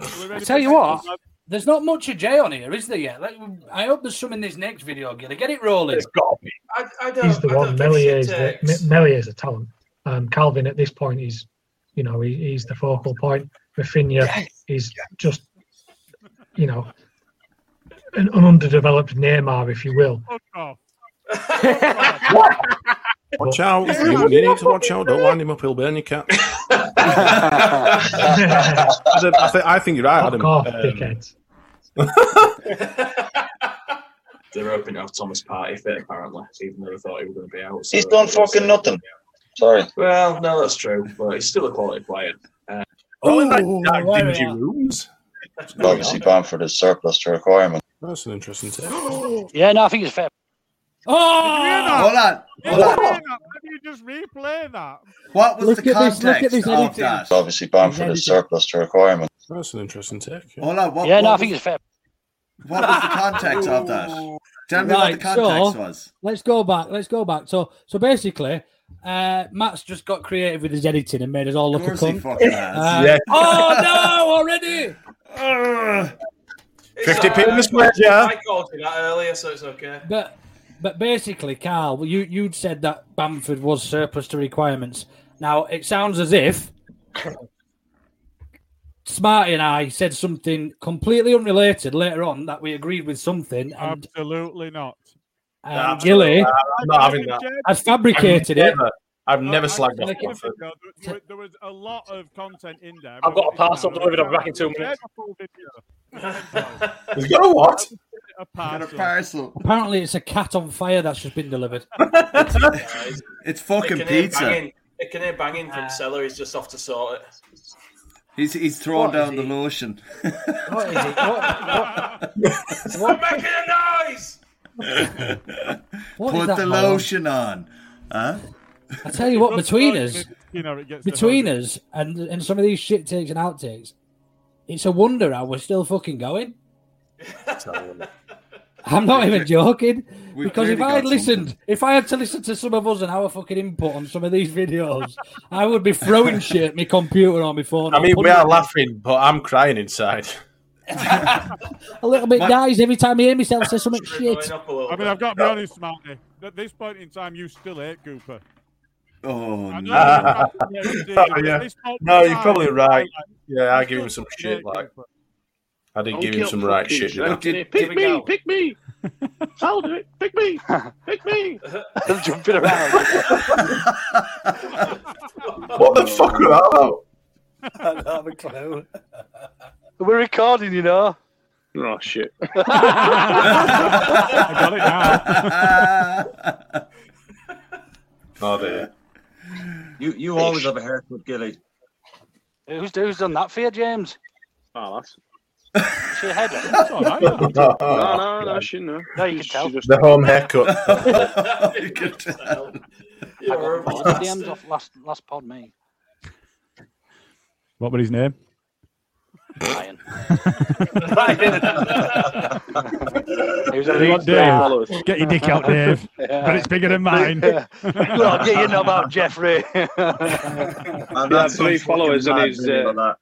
I tell you what, there's not much of Jay on here, is there yet? Like, I hope there's some in this next video, Gilly. Get it rolling.
I, I don't,
he's the
I
one.
don't think uh,
Melier
she
is the,
takes-
Me- Melier is a talent. Um, Calvin at this point is, you know, he, he's the focal point. Rafinha is just, you know,
an underdeveloped Neymar, if you will.
Watch out. You, you need to watch out. Don't wind him up. He'll burn your
*laughs*
cat. Adam, I, thi- I think you're right, Adam.
off,
Um,
dickheads.
They're hoping to have Thomas Party fit, apparently, even though they thought he was going to be out.
He's done fucking nothing. Sorry.
Well, no, that's true, but he's still a quality player. Uh,
Oh,
like
where we are.
rooms.
*laughs* Obviously, Bamford is surplus to requirement.
That's an interesting take.
yeah, no, I think it's fair.
Oh!
Hold on. Hold on. What was
Look
the
at this,
context
look at this
of
editing.
that?
Obviously, Bamford is surplus to requirement.
That's an interesting take.
Hold on, Oh, what,
yeah, no,
what
I think
was-
it's fair.
What was the context
*laughs*
of that? Tell me what the context
so,
was.
Let's go back. Let's go back. So, so basically, uh, Matt's just got creative with his editing and made us all look a
course he
cunt.
fucking has.
Uh,
Yeah.
Oh no! Already.
Fifty
p
Miss I called you that earlier, so it's okay.
But but basically, Carl, you you'd said that Bamford was surplus to requirements. Now it sounds as if Smarty and I said something completely unrelated later on that we agreed with something, and
Absolutely not.
and Um, Gilly
I'm not having that.
has fabricated
I've
it.
never-
I've
No,
never
I-
slagged off
I-
Watford.
There was- there was a lot of content in there.
I've got a parcel
There was-
delivered. I'll be back in two
Yeah,
minutes.
the full video.
He's got a what?
A parcel.
Apparently, it's a cat on fire that's just been
*laughs*
delivered.
It's
They can hear Banging, they can hear banging from cellar. He's just off to sort it.
He's he's throwing
What
down
is
the lotion.
What is it?
*laughs* Stop making a
*laughs*
noise!
What is
Put
that,
the
Marlon?
lotion on. Huh?
I tell you what, between
It's
us,
you know, it gets to
between us, and and some of these shit takes and outtakes, it's a wonder how we're still fucking going. I'm not even joking.
We've
because if
clearly
I had
got
listened, if I had to listen to some of us and our fucking input on some of these videos, I would
*laughs*
be throwing shit at my computer or my phone.
I mean, we
Putting
are laughing, but I'm crying inside.
a little bit dies every time I hear myself say something shit. *laughs*
I mean, I've got to be honest, Marty. At this point in time, you still hate Cooper.
*laughs*
Oh,
I know you're
no.
not hating him, *laughs* but at
yeah.
this point in
No, you're
time,
probably right. Yeah, I
you
give him
still
some
fucking
shit.
hate
Like,
Cooper.
I did
Don't
give him
kill
some right
fucking
shit.
Jack.
didn't I?
Did- Pick me,
pick
*laughs*
me. I'll do it. Pick me. Pick me. They're jumping around.
*laughs*
What the fuck was that about?
I don't have a
*laughs*
clue. We're recording, you know.
Oh
*laughs*
*laughs*
shit. *laughs* Oh dear.
You you always have a haircut, Gilly.
Who's, who's done that for you, James? Oh, that's. *laughs* It's your head.
No, no,
no, she no. No, you can tell.
The home haircut.
*laughs*
*laughs* you
*laughs*
can tell. I got a lot of DMs off last last pod, mate.
What was his name?
*laughs* Ryan. *laughs*
He was a Come on, Dave. Get your dick out,
*laughs*
Dave. But it's bigger than mine.
well, get your knob
*laughs*
out, Jeffrey.
And
Yeah,
that's some
three
fucking
followers and
mad
he's,
video
uh,
of that.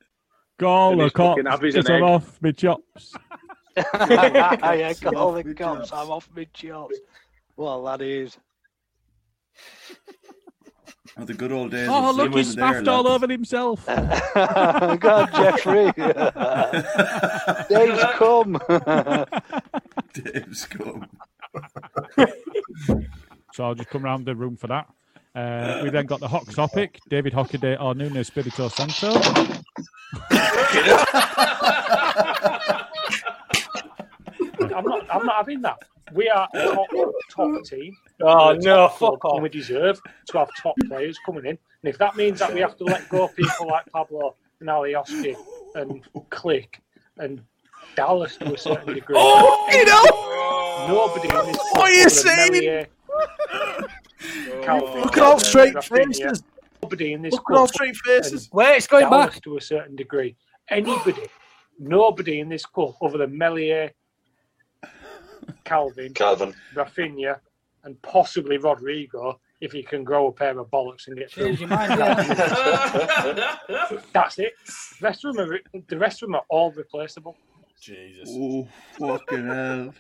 Call
And
the
he's fucking
cops.
happy as an
Because I'm
egg.
off my chops.
*laughs* yeah, got all the cops. I'm off my chops. Well, that is.
Oh, the good old days.
Oh,
of
look,
Zoom
he
and there,
smacked all
lads.
over himself.
*laughs* God,
*laughs*
Jeffrey. Dave's come.
*laughs* Dave's come.
so I'll just come round the room for that. Uh, we then got the Hawks topic David Hockaday or Nuno Espirito Santo.
I'm not. I'm not having that. We are a top, top team.
Oh,
We're a
no,
top
fuck
club, And we deserve to have top players coming in. And if that means that we have to let go of people like Pablo and Alioski and Click and Dallas to a certain degree.
Oh, you
know. Nobody. In this
What are you
club,
saying?
Meunier, Calvin,
Look at all straight
Rafinha,
faces.
Nobody in this
Look at all
club
straight faces.
and
Wait, it's going
Dallas
back.
to a certain degree. Anybody, nobody in this club other than Melier, Calvin,
Calvin.
Rafinha, and possibly Rodrigo, if he can grow a pair of bollocks and get through.
Change your mind, yeah.
That's it. The rest of them are the rest of them are all replaceable.
Jesus.
Oh, fucking hell.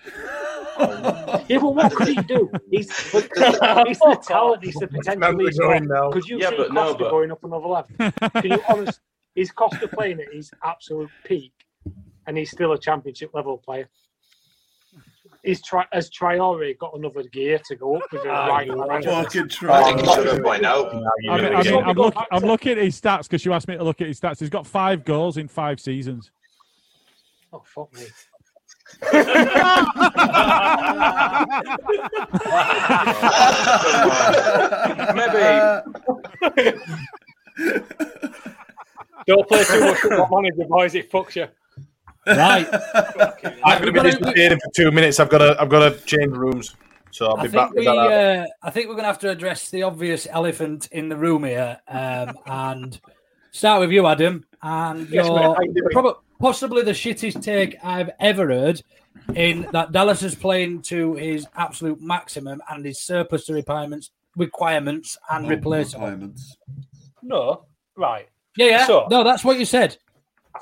Yeah, but what could he do? He's, he's the talent, he's the potential.
Remember
He's
going
got.
now.
Could you
Yeah,
see
but
Costa
no, but-
going up another level? Can you honestly? Is Costa playing at his absolute peak, and he's still a championship level player?
is tri- has Triori got another gear to go up with him?
Ah,
right now?
I mean, I mean, I'm, look, I'm looking at his stats because you asked me to look at his stats. He's got five goals in five
*laughs*
seasons.
Oh fuck me!
*laughs*
Maybe. Don't play too *laughs* much football manager, boys. It fucks you.
Right.
I'm going to be disappearing for two minutes. I've got to. I've got to change rooms, so I'll
I
be
think
back with
we,
that. after.
uh, I think we're going to have to address the obvious elephant in the room here, um, and start with you, Adam, and
Yes, mate,
your
how you doing?
prob- possibly the shittest take I've ever heard. In that Dallas is playing to his absolute maximum and his surplus to requirements, requirements and
No
replacements.
No, right.
Yeah, yeah.
So-
no, that's what you said.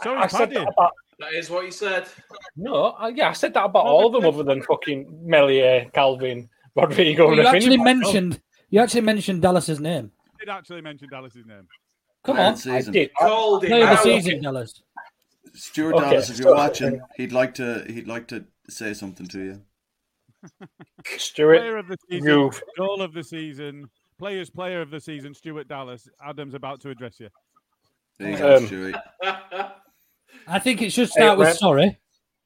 I, I said that about. That is what you said. No, I, yeah, I said that about all of them, other than fucking Melier, Calvin, Rodrigo.
Well,
and
you
Rafinha.
actually mentioned you actually mentioned Dallas's name.
did actually mention Dallas's name.
Come
Player
on,
of the season.
I did.
Called it
Player of the
out.
season, Dallas.
Stuart
Okay,
Dallas, if you're
so-
watching, he'd like to. He'd like to say something to you.
Stuart,
Player of the season,
you've-
goal of the season, players' player of the season, Stuart Dallas. Adam's about to address you.
There you go,
Um,
Stuart.
I think it should
Hey,
start with
Brett.
sorry.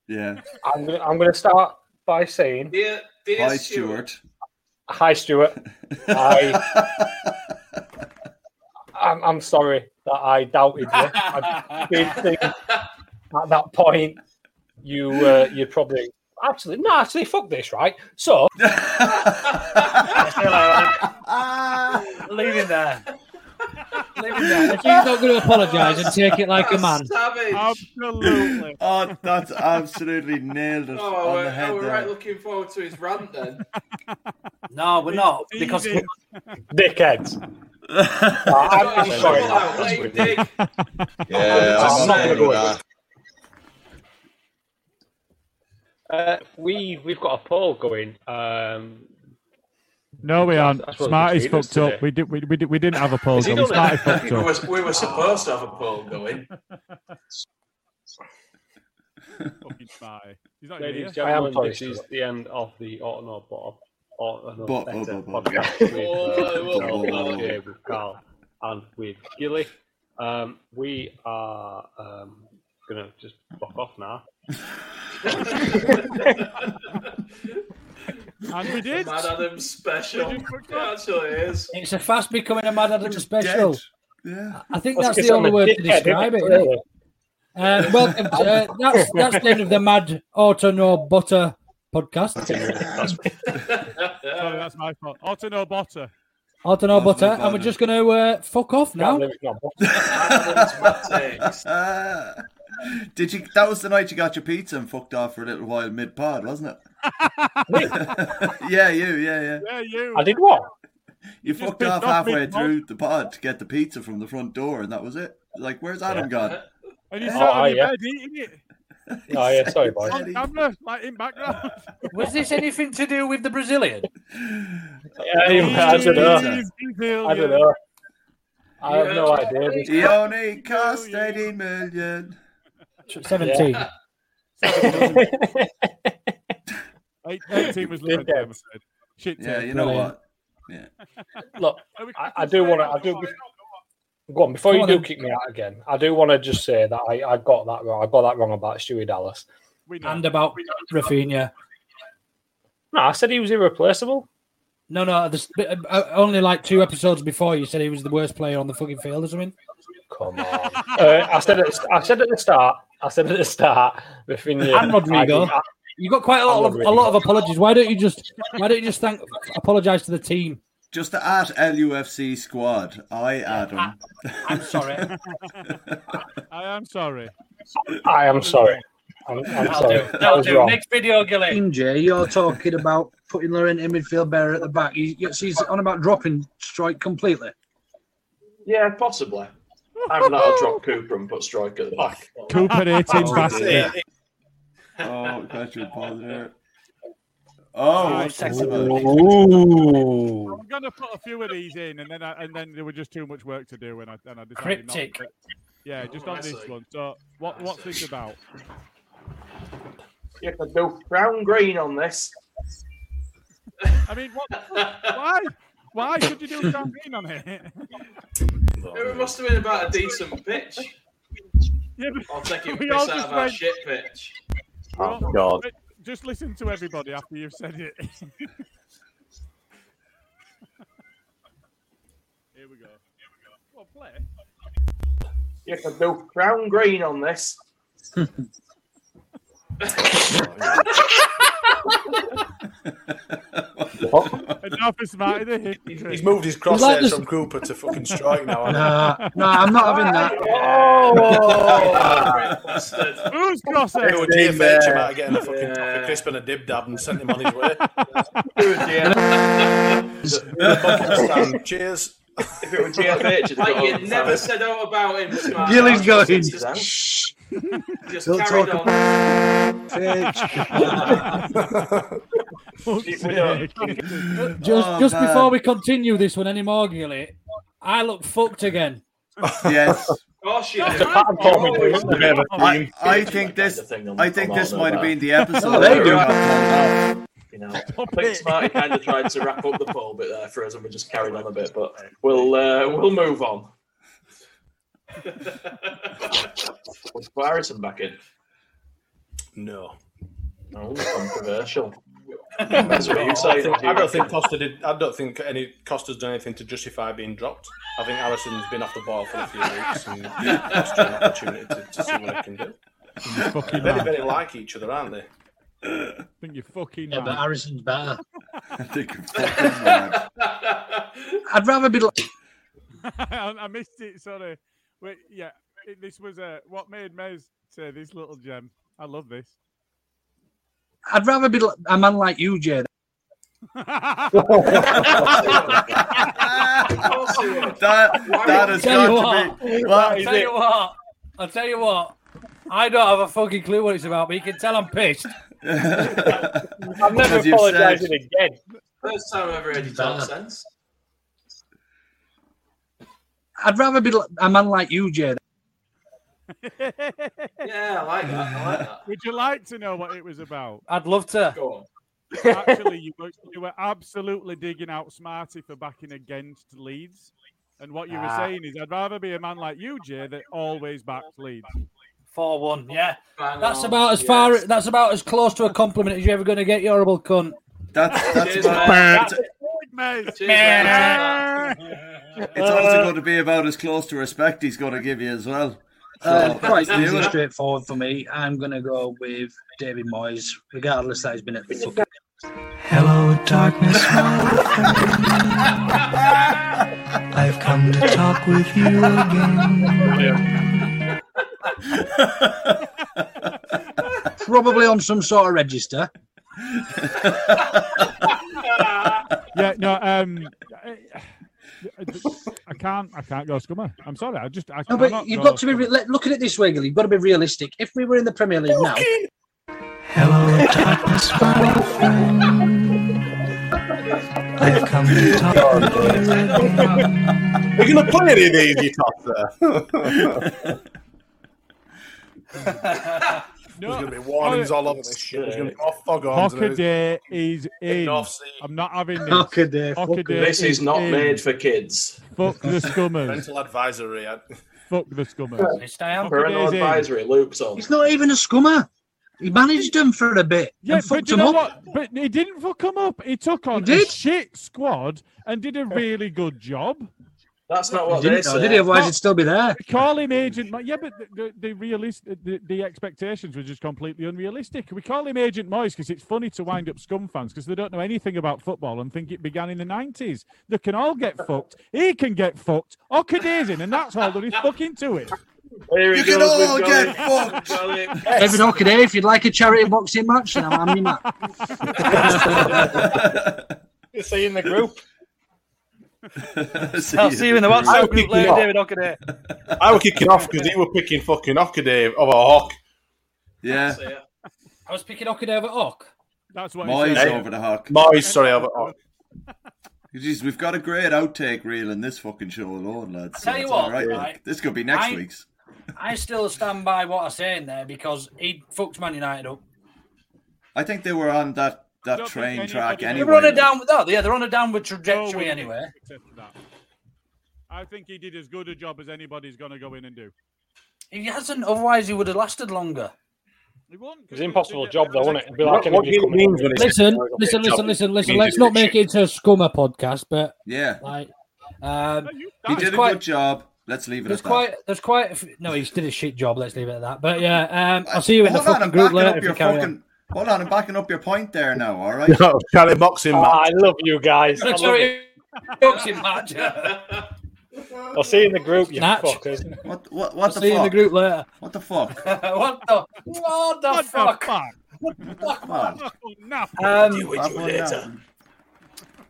Yeah.
I'm gonna, I'm gonna start by saying,
dear, dear
Hi,
Stuart.
Hi, Stuart. I, I'm, I'm sorry that I doubted you. I did think at that point you uh, you probably absolutely no. Actually, fuck this, right? So
*laughs* leave it there. Leave it there. If he's not going to apologise and take it like a man,
Absolutely.
*laughs* oh, that's absolutely nailed it
Oh,
on
we're,
the head
oh, we're
there.
right looking forward to his rant then.
no, we're not Oh, because *laughs*
dickheads. I'm, I'm sorry. *laughs*
Yeah,
I'm
I'm
not
not
gonna
going
go
with
with
that.
Uh, we we've got a poll going. Um,
No, we aren't.
That's what
Smart
we
is
did
fucked
yesterday.
up. We did. We, we, did- we didn't have a poll.
Is he
going.
done *laughs*
Smart is
it?
fucked
we,
up.
were, we were supposed to have a poll going.
Fucking Smart. He's not even
ladies and
here.
gentlemen, this is the end of the Autumn Bottom.
Bot- bot- bot-
podcast
bot-
with,
Oh,
uh,
oh,
myself,
oh.
here with Carl and with Gilly. Um, we are um, going to just fuck off now.
And we did.
Mad Adam special. It actually is.
it's a fast becoming a Mad Adam special.
Yeah.
I think
That's
that's the
because I'm
only
a
word to
dickhead,
describe it.
isn't it,
yeah.
really?
Uh, welcome. To, uh, that's that's the end of the Mad Auto No Butter *laughs* podcast.
*laughs* Sorry, that's my fault. Otto no butter.
Auto No Butter, and we're just going to uh, fuck off now.
*laughs* Did you? That was the night you got your pizza and fucked off for a little while mid pod, wasn't it?
*laughs*
yeah, you. Yeah, yeah.
Yeah, you.
I did what?
You
just
fucked
pissed
off
off
halfway
mid-pod.
through the pod to get the pizza from the front door, and that was it. Like, where's Adam gone?
And you
Oh,
sat on
oh,
your
yeah.
bed eating it.
Oh, yeah, sorry, *laughs* boys.
On camera, like in background.
*laughs* Was this anything to do with the
*laughs*
Brazilian?
Yeah, anyway, I don't know. I don't know. I have no idea.
He only cost eighty million.
Seventeen.
*laughs* Eight- 18 was Lorenzo, I'm afraid. Shit.
Yeah,
take.
you know
Brilliant.
what? Yeah.
Look, I, I do want to. I do. Go on. Before
Go
you
on
do
then.
kick me out again, I do want to just say that I, I got that wrong. I got that wrong about Stewie Dallas.
and about Rafinha.
No, I said he was irreplaceable.
No, no, the, sp- uh, only like two episodes before you said he was the worst player on the fucking field or something.
Come on. Uh, I said. At, I said at the start. I said at the start. Rafinha
And Rodrigo.
I- I-
You got quite a lot of a lot of apologies. Why don't you just why don't you just thank apologize to the team?
Just at LUFC squad, I Adam. *laughs*
I'm sorry.
I am sorry.
I am sorry. I'm, I'm
That'll
sorry.
do.
That
That'll
was
do.
wrong.
Next video, Gilly.
Inge, you're talking about putting Lauren in midfield bearer at the back. You, you, she's on about dropping
*laughs*
strike completely. *laughs*
Yeah, possibly. I'm not. I'll drop Cooper and put Striker at the back.
Cooper 18 bastard.
Oh, got your pod there. Oh, what's this about?
I was going to put a few of these in, and then I, and then there were just too much work to do, and I and I decided
Cryptic.
Not, to. yeah, just
Oh,
on
I
this
see.
one. So, what what's this about?
You could do brown green on this.
I mean, what? why? Why should you do John Green on it? *laughs*
It must have been about a decent pitch. I'll take it
we
piss
all
out
just
of our
went-
shit pitch.
Well,
God.
but Just listen to everybody after you've said it. Here we go. Well, play.
You could do brown green on this.
*laughs* Enough is Marty.
He's moved his
He's
crosshair
like this-
from Cooper to fucking strike now. hasn't
Nah,
he?
nah, I'm *laughs* not having that.
*laughs* Oh!
Who's crosshair?
Do a DFH about getting a fucking Tommy crisp and a dib dab and sent him on his
*laughs*
way. The- the fucking stand. Cheers.
If it were GFH, it'd
Like
go "Oh,
you
on.
never
said out about him. Smart.
Gilly's
That's
going.
just- Just
Don't
carried
talk
on.
We
*laughs*
don't.
Just,
Oh,
just
man.
before we continue this one any more, Gilly, I look fucked again.
Yes.
Oh, shit.
I, I think this. I think this might
*laughs*
have been the episode. where uh, we got called out.
You know, I think Smarty kind of tried to wrap up the poll bit there for us, and we just carried on a bit. But we'll uh, we'll move on. We'll put Harrison back in.
No.
Oh, controversial. That's what
*laughs*
you
I,
say.
think, I don't think Costa did. I don't think any Costa's done anything to justify being dropped. I think Allison's been off the ball for a few weeks and Costa an opportunity to, to see what he can do.
Fucking
Very,
mad.
very like each other, aren't they?
I think you're fucking.
Yeah, but
mad.
Harrison's
*laughs*
better.
I think you're fucking mad.
I'd rather be. Like...
*laughs*
I, *laughs* I missed it. Sorry. Wait, yeah, it- this was uh, what made Mez say this little gem. I love this.
I'd rather be li- a man like you, Jay.
*laughs* that that has
Tell you
got to be.
what.
Well,
I'll tell you what. I'll tell you what. I don't have a fucking clue what it's about, but you can tell I'm
*laughs*
pissed.
I'm never
As you've said.
apologising again.
First time ever heard you talk sense.
I'd rather be li- a man like you, Jay.
Yeah, I like that. I like that.
Would you like to know what it was about?
I'd love to.
Go
on. Actually, you were, you were absolutely digging out Smarty for backing against Leeds. And what you were
Ah.
saying is, I'd rather be a man like you, Jay, that always backs Leeds.
4 1, yeah. That's
Oh,
on,
about as far. That's about as close to a compliment as you're ever going to get, you horrible cunt.
That's that's
Cheers,
about-
mate.
it's
Uh,
also going to be about as close to respect he's going to give you as well.
Uh, quite
do
easy and
it.
straightforward for me. I'm going to go with David Moyes, regardless that he's been at the fucking.
Hello, darkness, my old friend. I've come to talk with you
*laughs*
again.
Probably on some sort of register.
*laughs* yeah, no,
*laughs*
um, uh, I, I can't, I can't go scummer. I'm sorry, I just, I
No,
can't.
but you've got to be re- let- looking at it this way, Gilly. You've got to be realistic. If we were in the Premier League now,
Hello, darkness, my old friend. I've come to talk with you again.
Are you going to play any of these, you
*laughs*
tosser? There's going to be warnings all over this shit. There's going to be "Oh, more fog arms. and everything.
Hockaday is in. I'm not having this.
Hockaday,
Hockaday
This is not
in.
made for kids.
Fuck the scummers.
Parental advisory. I-
Fuck the scummers. Fuck
Parental
it is in.
advisory. Luke's on.
he's not even a scummer. He managed him for a bit
Yeah,
and
but
fucked
do you
him
know
up.
what? But he didn't fuck him up. He took on a shit squad and did a really good job.
That's not
He didn't though, did he? Otherwise, he'd still be there.
We call him Agent Mo- Yeah, but the, the, the, realist, the, the expectations were just completely unrealistic. We call him Agent Moyes because it's funny to wind up scum fans because they don't know anything about football and think it began in the 90s. They can all get fucked. He can get fucked. Ockadays in, and that's all there is fucking to it.
Here
he You can goes all with get Gully.
fucked.
David Hockaday, if you'd like a charity boxing match, then I'm
*laughs*
having that.
It's in the group. *laughs*
I'll
see you in the WhatsApp
I were
group
kicking
later,
off.
David eh? Hockaday.
I were kicking off because you were picking fucking Hockaday over Hawk.
Yeah.
I was picking Hockaday over Ock.
That's
what
Moyes over the hook.
Moyes, sorry, over Hawk.
Jeez, we've got a great outtake reel in this fucking show alone, lads.
Tell you
It's
what,
all right,
right.
like, this could be next
I-
week's.
I still stand by what I say in there because he fucked Man United up.
I think they were on that that
don't
train
think
track
anybody-
anyway.
They're on a downward. No, yeah, they're on a downward trajectory
wouldn't
anyway.
accept that. I think he did as good a job as anybody's going to go in and do.
He hasn't. Otherwise, he would have lasted longer.
It was an impossible job, though, wasn't it? It'd be like anybody coming in.
Listen, listen, listen, listen, listen. Let's not make it into a scummer podcast, but
Yeah.
Like, um,
he did a
quite-
good job. Let's leave it
There's
at
quite,
that.
there's quite. A few, no, he's did a shit job. Let's leave it at that. But yeah, um, I'll see you in the
Uh, Hold on,
fucking
I'm
group
backing
later
up
if you
your
carry on.
fucking. Hold on, I'm backing up your point there now. All right.
*laughs*
No, Charlie boxing
Oh,
match.
I love you guys. I love you.
boxing match.
I'll see you in the group, you
Snatch.
*laughs*
fuckers.
What, what, what
I'll
the
see you in *laughs*
fuck?
the group later.
What the fuck?
what the? What the fuck?
Come on.
Um,
Have one now.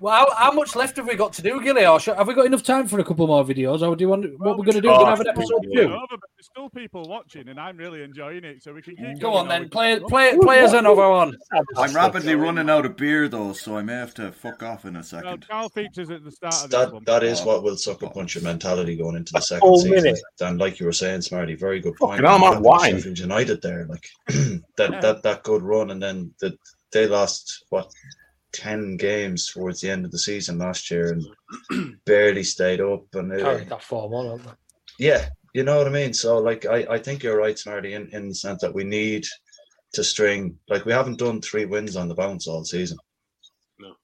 well, how, how much left have we got to do, Gilly? Or should,
Have we got enough time for a couple more videos? Or do you want what we're going to do? We're
Oh,
going to have an episode
it's
two.
over, but there's still people watching, and I'm really enjoying it. So we can keep
Go
going
on then,
we-
play, play, play us another one.
I'm rapidly running out of beer though, so I may have to fuck off in a second.
Well, Carl features at the start of this
That
one.
that is what will sucker punch your mentality going into the second
whole
season.
minute.
And like you were saying, Smarty, very good point.
Fucking hell, I'm out of
Look at
wine.
Sheffield United there, like *clears throat* that that that good run, and then that they lost what ten games towards the end of the season last year and *clears throat* barely stayed up. And it-
Carried that form on, haven't they?
yeah, you know what I mean. So like I I think you're right, Smarty, in in the sense that we need to string like we haven't done three wins on the bounce all season.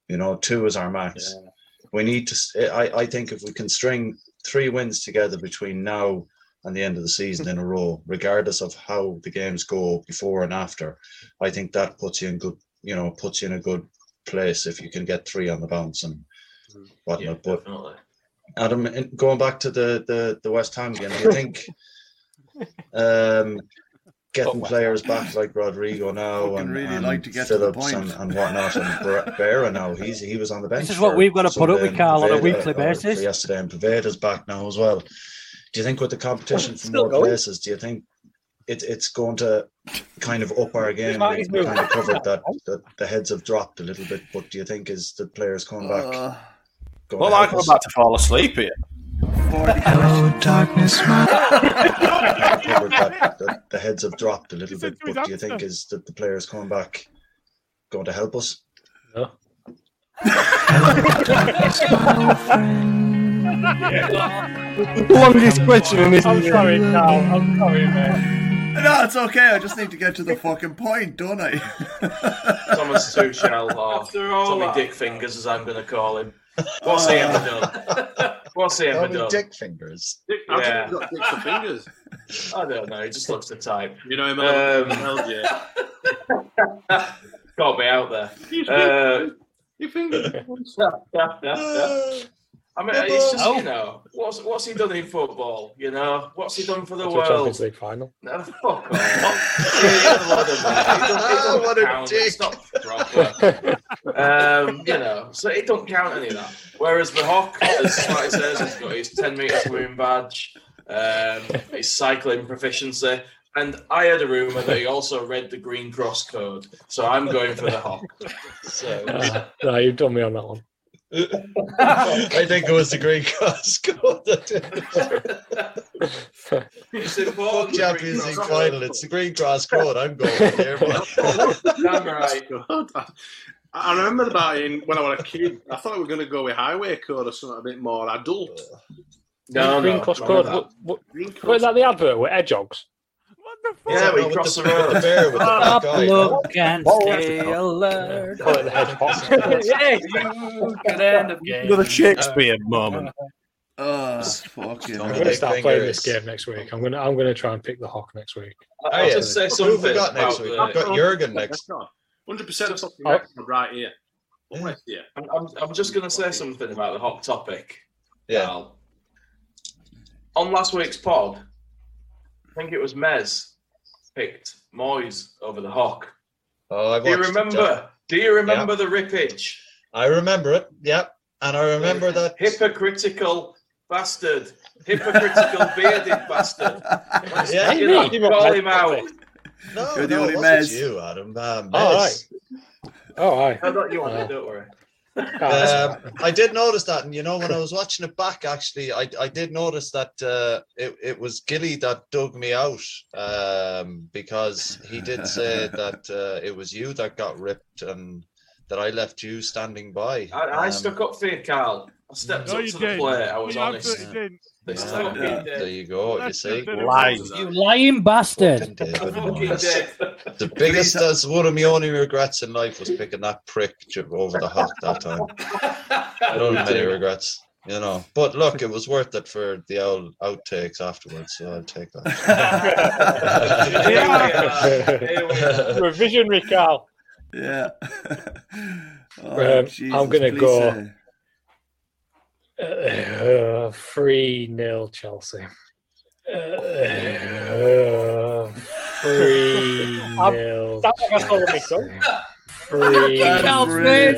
You know, two is our max. We need to. s- I I think if we can string three wins together between now and the end of the season in a row, regardless of how the games go before and after, I think that puts you in good. You know, puts you in a good place if you can get three on the bounce and
Mm-hmm.
whatnot. but Adam, in- going back to the the the West Ham game, do you
*laughs*
think um, getting players back like Rodrigo now and,
really
and
like to get to the
Phillips
point.
and, and
*laughs*
whatnot and Ber- Berra now he's he was on the bench.
This is what
for
we've gotta put up
Sunday
with,
and
Carl, on a
Poveda-
weekly
or for
basis.
Yesterday and Paveda's back now as well. Do you think with the competition from
Still
more
going.
places, do you think it, it's going to kind of up our game?
might
We
be
we kind
moving.
of covered that, that the heads have dropped a little bit, but do you think is the players coming back? going
Well,
to
I'm
help us?
about to fall asleep here.
Hello, darkness, my.
covered that, that the heads have dropped a little bit, but do you think is that the players coming back going to help us?
*laughs*
*laughs*
No.
Longest question in this.
I'm sorry, Carl. I'm sorry, man.
No, it's okay. I just need to get to the fucking point, don't I? *laughs*
Thomas Tuchel,
After
or
all
Tommy
that.
Dick Fingers, as I'm going to call him. What's he ever
*laughs*
done? What's he ever
Tommy
done?
*laughs*
Dick *laughs* fingers.
How come Yeah. you've got dicks for
fingers.
*laughs* I don't know. He just looks the type.
You know him,
Um,
hell yeah.
*laughs* Got me out there. Uh,
Your
*laughs*
fingers.
I mean, it's just you know, what's what's he done in football? You know, what's he done for the
That's a
world?
Champions League final.
*laughs* No, fuck off. Yeah, what a man. It don't- it Oh,
*laughs*
don't
What a
count.
dick.
It's not proper. um, you know, so it don't count any of that. Whereas the hawk, as Marty says, he's got his ten meter swimming badge, um, his cycling proficiency, and I heard a rumor that he also read the Green Cross code. So I'm going for the hawk.
*laughs*
So
Uh, no, you've done me on that one.
*laughs*
I think it was the Green Cross code.
it's important. the Green
Champions League
Cross
final. It's the Green Cross code. I'm going with there.
code. Damn right.
I I remember about it in, when I was a kid. I thought we were going to go with highway code or something a bit more adult.
No,
Green
no,
Cross
none
Code.
of
What, what,
Green
what is that? The advert with hedgehogs.
Yeah, we cross the road.
Look and stay alert.
Call it the hedgehog.
Yes.
You could end up getting-
Another Shakespeare
moment.
Oh, fucking
I'm
hell.
going to start playing this game next week. I'm going to I'm going to try and pick the hawk next week.
I'll just say something. about the-
Hundred percent of something
next
right here. Yeah.
I'm, I'm, I'm just going to say something about the hot topic.
Yeah.
Al. on last week's pod, I think it was Mez picked Moyes over the Hawk.
Oh, I
Do you
watched it,
remember?
yeah.
Do you remember the rippage?
I remember it. Yep. And I remember that.
Hypocritical bastard.
*laughs*
Hypocritical bearded bastard.
Yeah,
you
me.
know, call him out.
No,
You're the
no,
only
it wasn't
Mez.
you, Adam. Uh, Mez.
Oh, right.
Oh, aye.
Uh,
I thought you wanted it, don't worry.
um, I did notice that, and you know, when I was watching it back, actually, I, I did notice that uh, it it was Gilly that dug me out um, because he did say that uh, it was you that got ripped and that I left you standing by. Um,
I, I stuck up for you, Carl. I stepped
No,
up
you
to
didn't.
the plate. I was
You
honest.
absolutely didn't.
They
Yeah.
stuck
Yeah.
me in.
There you go. You see,
You lying bastard.
The biggest, that's one of my only regrets in life was picking that prick j- over the hawk that time. *laughs* I don't have many regrets, you know. But look, it was worth it for the old outtakes afterwards, so I'll take that. *laughs*
Revisionary Carl.
Yeah.
Um, I'm going to
please
go
say.
uh, 3 nil Chelsea. Uh, 3 nil.
That's what I told
Chelsea.
myself.
*laughs*
3
Chelsea.
nil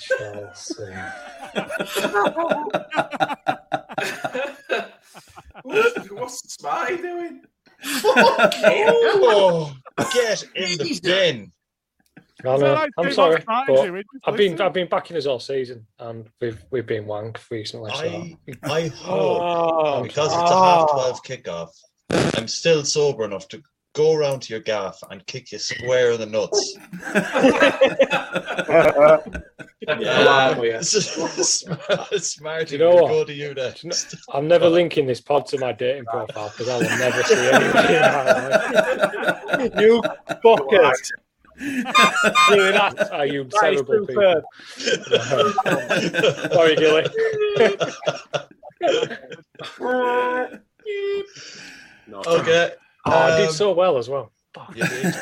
Chelsea.
What's, *laughs* what's Spy doing?
oh, get in the bin.
I
Is
know,
that like
uh, I'm
three
sorry,
months' time,
but
is it?
I've been I've been backing us all season, and we've we've been wank recently. So.
I hope
Oh,
because it's a half twelve kickoff. I'm still sober enough to go round to your gaff and kick you square in the nuts.
*laughs*
*laughs*
Wow, yeah.
Smart,
Do
you
you know what?
go to you next.
*gasps* I'm never linking this pod to my dating profile because I will never see anything in my life. You fuckers. *laughs* you that are you
That is
terrible people. *laughs* Sorry, Gilly.
*laughs* Okay.
Oh, I
um,
did so well as well.
You
*laughs*
did.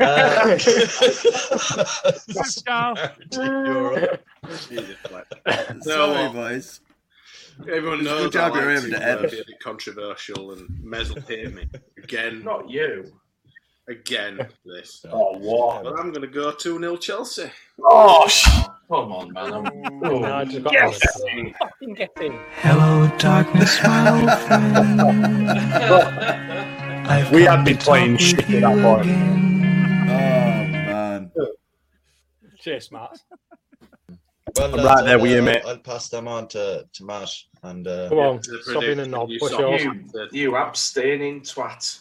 Uh,
*laughs*
Carl.
Sorry, boys.
uh, Everyone
It's a
knows
good job
I
you're
like
able to
be a
edit.
bit controversial, and Mez will hate me again. Not you. Again, this.
Oh, wow.
But I'm going to go 2 0 Chelsea.
Oh, sh- come on, man. I'm,
No, I just got
Yes.
fucking get in.
Hello, darkness, my old friend.
*laughs* we had been playing shit at that point. Um,
man.
Cheers, Matt.
Well,
I'm
lads,
right there
I'll,
with you,
uh,
mate.
I'll pass them on to, to Matt and uh,
Come on, stop being a knob. What's yours?
you, you abstaining twat.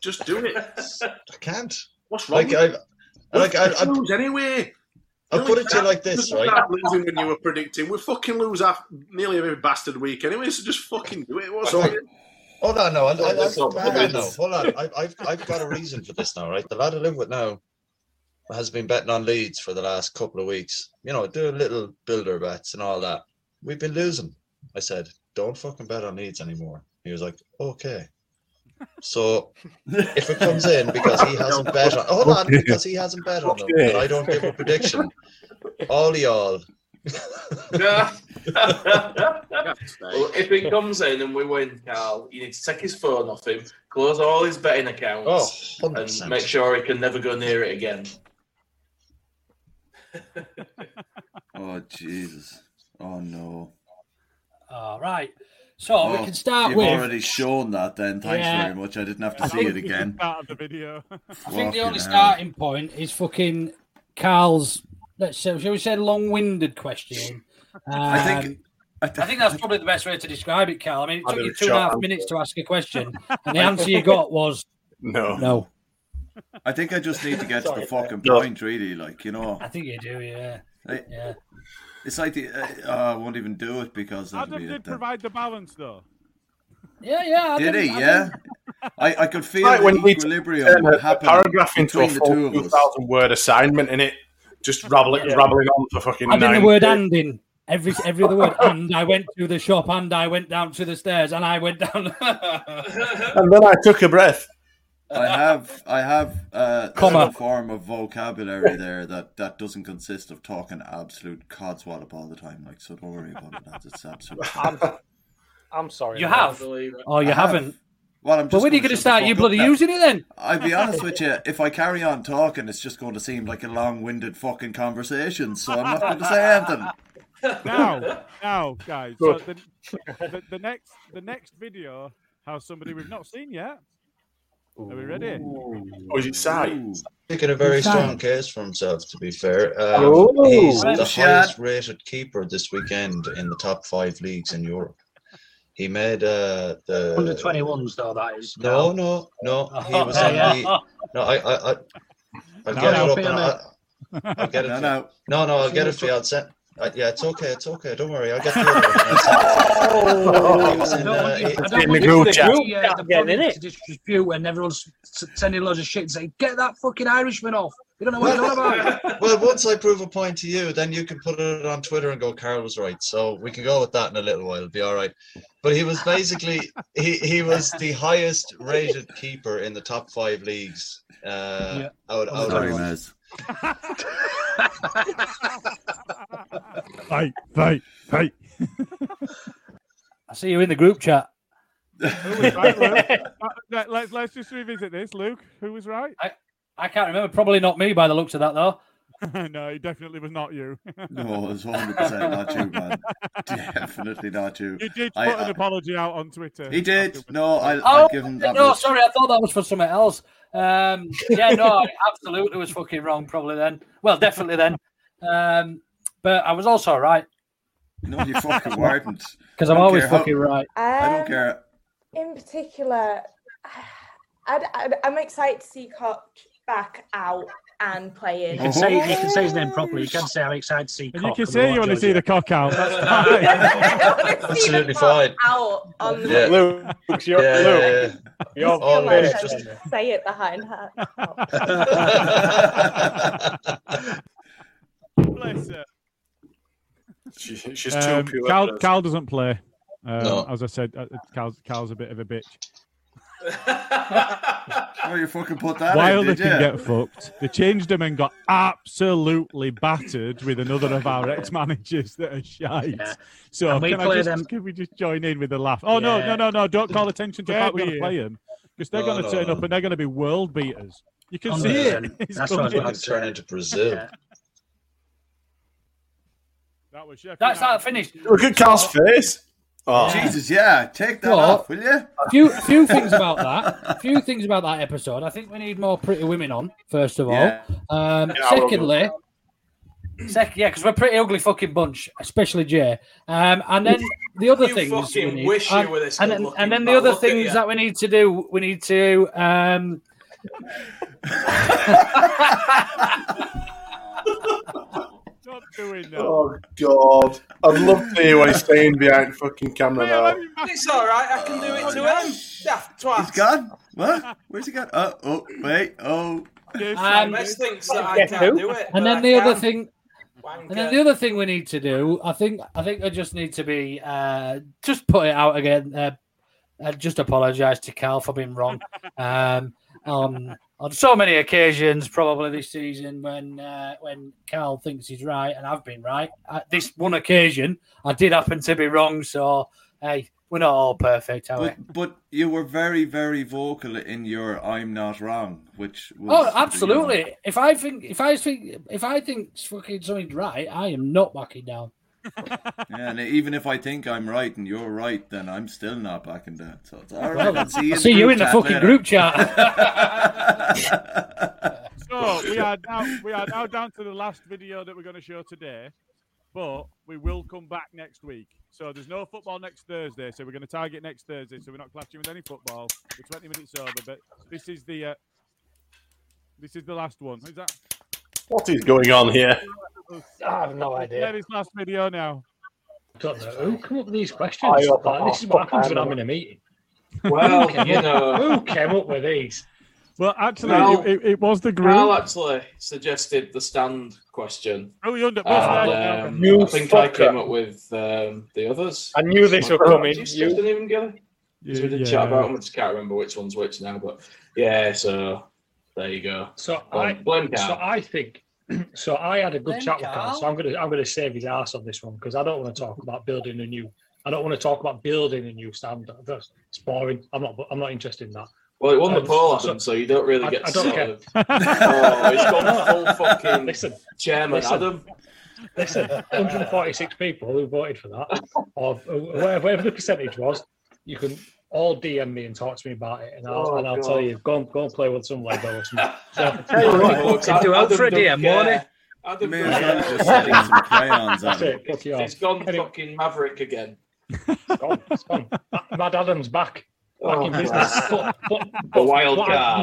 Just do it.
I
*laughs*
can't.
What's wrong?
Like I, like I, I,
lose anyway.
I'll
No,
put
we
it to you
can't.
like this,
We
right?
can't lose him when you were predicting. We fucking lose half, nearly every bastard week anyway, so just fucking do it. What's
So-
wrong?
Hold on, no, I, I, I,
Let's not
I,
do
no,
this.
hold on. I, I've, I've got a reason for this now, right? The lad I live with now has been betting on Leeds for the last couple of weeks. You know, doing little builder bets and all that. We've been losing. I said, don't fucking bet on Leeds anymore. He was like, okay. So if it comes in because
*laughs*
he hasn't bet on, hold on,
Okay.
because he hasn't bet on them,
Okay.
and I don't give a
*laughs*
prediction. All y'all.
Oh, Well, if it comes in and we win, Carl, you need to take his phone off him, close all his betting
Oh,
accounts, and make sure he can never go near it again.
Oh Jesus! Oh no!
All right. So we
Oh,
can start
You've
with.
already shown that. Then thanks
Yeah.
very much. I didn't have to
I
see
think
it
we should
again.
Part of the video.
I think the
Fucking
only
hell.
starting point is fucking Carl's. Let's say, shall we say, long-winded question.
I think-
Um, I think that's probably the best way to describe it, Carl. I mean, it
I'd
took
have
you
a
two and a
shot
half
answer.
minutes to ask a question, and the answer you got was
No.
No.
I think I just need to get to the
Sorry.
fucking
No.
point, really. Like you know,
I think you do, yeah.
I-
Yeah.
it's like the uh, oh, I won't even do it because that'd
Adam
be
did
it. then.
provide the balance, though.
Yeah, yeah.
Did he? Yeah. *laughs* I, I could feel
Right,
the
when we
equilibrium
turn a, a
happening
paragraph into a
between the two
full
of us.
2,000 word assignment in it, just rabbling,
Yeah.
rabbling on for fucking
Adding
nine
the word "and" in every every other word. And I went to the shop, and I went down to the stairs, and I went down.
And then I took a breath.
I have I have uh,
Comma.
some form of vocabulary there that, that doesn't consist of talking absolute codswallop all the time. Like so, don't worry about it. That's it's absolute.
I'm sorry.
You
mate.
have? Oh, you
I have.
haven't.
Well, I'm
But
just
when are you
gonna
going to
shut the
start you
fuck up
bloody
now.
using it then?
I'll be honest with you. If I carry on talking, it's just going to seem like a long-winded fucking conversation. So I'm not going to say anything.
*laughs* now, now, guys. So the,
Good.
the, the next the next video has somebody we've not seen yet. Are we ready?
Or Oh, is it side?
Making a very strong case for himself, to be fair. Um,
Oh.
he's the
Yeah.
highest rated keeper this weekend in the top five leagues in Europe. He made uh, the
Under 21s, though, that is.
No, no, no. He
Oh,
was on the. No, I, I, I, I'll
No,
get
no,
it up.
fair
and I,
enough.
I'll get it.
No,
for-
no.
no, no. I'll get it for you. I'll send. I, yeah, it's okay. It's okay. Don't worry. I'll get the
*laughs*
other
Oh.
one. He was in, uh, he-
to dispute and everyone's s- sending loads of shit and saying, "Get that fucking Irishman off." You don't know what you're on about.
well, once I prove a point to you, then you can put it on Twitter and go, Carl was right. So we can go with that in a little while. It'll be all right. But he was basically he, he was the highest rated keeper in the top five leagues. Uh, out, out
Sorry,
of
Maz.
*laughs* Hey, hey, hey.
I see you in the group chat.
Who was right,
*laughs*
Luke? *laughs* Uh, let- let's, let's just revisit this, Luke. Who was right?
I can't remember. Probably not me by the looks of that, though.
*laughs* no, it definitely was not you.
No, it's 100% not you,
*laughs*
man. Definitely not you.
You did put
I-
an
I-
apology out on Twitter.
He did. No, I,
Oh,
I give him that.
no,
much.
sorry, I thought that was for something else. Um, yeah, no, I absolutely was fucking wrong, probably then. Well, definitely then. Um, but I was also right.
No, you fucking weren't.
'Cause I'm
I don't
always
care how-
fucking right.
I
Um,
don't care.
In particular, I'd, I'd, I'm excited to see Koch back out and playing.
You can say you
*laughs*
can say his name properly. You can say I'm excited to see.
And you
Cock
can
and
say
what,
you want to
Jojo.
see the cock out.
*laughs*
That's fine.
Absolutely fine.
Out on the
Yeah.
*laughs*
Luke's your
Yeah,
Luke.
yeah, yeah.
You're
I feel like I
finished.
should say it behind her.
*laughs*
*laughs*
Bless her.
She, she's
Um,
too pure.
Cal,
for us.
Cal doesn't play. Um,
No.
As I said, uh, Cal's, Cal's a bit of a bitch.
Oh, you fucking put that
Wilder
in, did
can
you?
get fucked. They changed him and got absolutely battered with another of our ex-managers that are shite. So
And we
can, I
play
just,
them-
can we just join in with a laugh? Oh no,
Yeah.
no, no, no! Don't call attention to
Yeah,
that. We're going
we-
to play them because they're
No,
going to
no,
turn
no.
up and they're going to be world beaters. You can see it. *laughs*
100%.
It's
That's what I was
coming.
gonna turn into Brazil.
That was
That's how I finished.
Look at Cal's face. Oh.
Jesus, yeah. Take that
Well,
off, will you?
few few things about that. A few things about that episode. I think we need more pretty women on *laughs* first of all.
Yeah.
Um,
Yeah, I will.
secondly, sec- yeah, because we're a pretty ugly fucking bunch, especially Jay. Um, and then the other
You
things we
fucking
need,
wish you
and,
were this
and then,
good-looking,
and then the
pal.
other
Look at
things
you.
that we need to do, we need to. Um,
Stop doing that.
Oh God! I'd love to hear what he's saying behind fucking camera now.
It's all right. I can do it to him. Daft twat.
He's gone. What? Where's he gone? Oh, oh, wait, oh.
Um,
Wes thinks that I can't do it. but
and then
I
the other
can.
thing,
Wanker.
and then the other thing we need to do, I think, I think I just need to be, uh, just put it out again. Uh, I just apologise to Cal for
*laughs*
being wrong um, on on so many occasions, probably this season when uh, when Cal thinks he's right and I've been right. At this one occasion, I did happen to be wrong. So hey, we're not all perfect, are we?
But, but you were very, very vocal in your I'm not wrong, which was. uh,
Oh, absolutely. If I think, if I think, if I think fucking something's right, I am not backing down.
Yeah, and even if I think I'm right and you're right, then I'm still not backing down. So it's all
Well,
right.
I'll
I'll see you in,
see
the,
you
group
in the
chat
fucking
later. *laughs*
group chat.
So we are now we are now down to the last video that we're going to show today, but we will come back next week. So there's no football next Thursday, so we're going to target next Thursday. So we're not clashing with any football. We're 20 minutes over, but this is the uh, this is the last one. Is that?
What is going on here?
I
have no idea.
Yeah, this last video now.
God, who come up with these
questions?
I hope
Like,
this is what happens when I'm in a meeting.
Well,
Who came
you
up-
know.
who came up with these?
Well, actually,
Well-
it, it, it was the group.
Carl actually suggested the stand question.
Oh, you under-
And, um,
You
I think I
fucker.
came up with um, the others.
I knew this
Am I
would come
correct?
in.
You still didn't even get it.
Yeah,
we did
yeah.
chat about them. I just can't remember which one's which now, but yeah. So there you go.
So
Blame-
I,
blame Carl.
so I think, *clears throat* so I had a good
Blame
chat with Carl.
Carl.
So I'm gonna, I'm gonna save his ass on this one because I don't want to talk about building a new. I don't want to talk about building a new standard. That's it's boring. I'm not, I'm not interested in that.
Well, it won the
Um,
poll, Adam, so you don't really
I-
get
I
to
don't
sort
care.
of. *laughs* Oh, he's
*laughs*
gone full fucking chairman
listen.
Adam.
Listen, 146 people who voted for that, or whatever, whatever the percentage was, you can all DM me and talk to me about it, and I'll,
Oh,
and I'll
God.
tell you. Go and, go and play with some Lego. or something. So, *laughs*
Adam- Adam don't care. *laughs* Adam
Me
don't
and Adam
care.
just sitting
*laughs*
some crayons on.
That's it, cut you off. He's gone fucking maverick again.
Mad Adam's back. Back
Oh,
in
*laughs*
business.
wow.
But, but,
The
but
wild
what I-
card.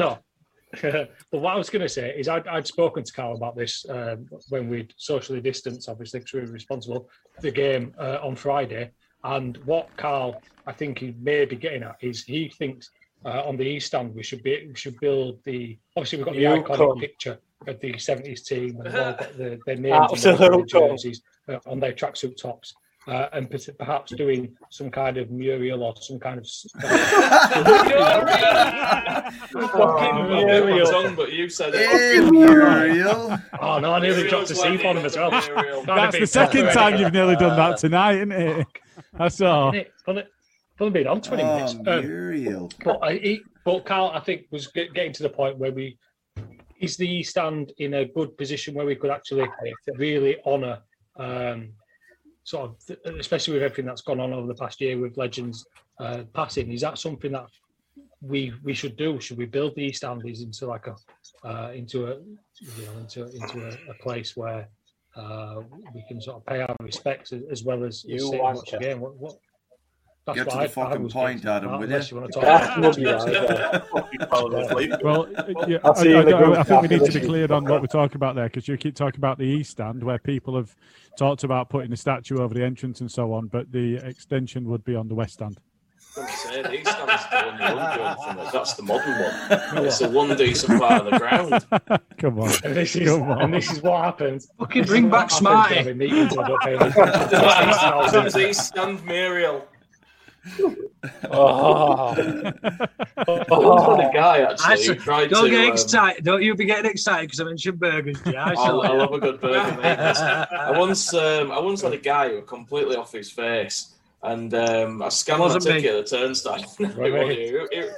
no. *laughs* but what I was going to say is I'd, I'd spoken to Carl about this um, when we'd socially distanced, obviously, because we were responsible, the game uh, on Friday. And what Carl, I think he may be getting at is he thinks uh, on the East End we should be we should build the obviously we've got the
You
iconic
come.
picture of the seventies team and they've all got
*laughs*
the, their names and their
Absolute goal.
jerseys uh, on their tracksuit tops, uh, and per- perhaps doing some kind of mural or some kind of.
*laughs*
s- *laughs*
Oh,
Fucking
It's
mural.
on, but you said it.
Oh no, I nearly dropped a C on him as well.
That's the second time you've nearly done that tonight, isn't it? That's all.
Isn't it? Well, it- well, been on 20
Oh,
minutes. Um, But, I, he, but Carl, I think, was get, getting to the point where we is the East End in a good position where we could actually really honour, um, sort of, th- especially with everything that's gone on over the past year with legends uh, passing. Is that something that we we should do? Should we build the East Andes into like a uh, into a you know into into a, a place where uh, we can sort of pay our respects as, as well as
You
sit and watch the
wanker.
game? What, what, that's
Get
what
to the
I- I
fucking
was
point,
getting at,
Adam, will
unless
you?
you want
That
*laughs*
would be
to
right.
talk.
Well, yeah,
*laughs*
I,
I'll see you
I-
in the
I-
group
I think we
after
need to
this.
be clear on what we're talking about there because you keep talking about the East Stand where people have talked about putting a statue over the entrance and so on, but the extension would be on the West Stand.
I'm saying, he stands the one *laughs* you won't go from us. That's the modern one. It's the one decent part of the ground.
*laughs*
*laughs*
Come on.
And this is,
Come on.
and this is what happens.
Fucking
This
bring
is what happens
back Smarty.
when we meet into the
*laughs*
dopey.
That's East stand Muriel.
Oh.
Oh,
*laughs* was one of the guy, actually,
I said,
who tried
don't
to,
get
um,
excited. Don't you be getting excited because I mentioned burgers.
*laughs*
Yeah, I
I,
saw
Oh, I
it.
love a good burger,
*laughs*
mate. I once, um, I once had a guy who was completely off his face, and um, I scanned my
Wasn't me.
ticket at the turnstile. *laughs* It
Right.
wasn't you. It- it-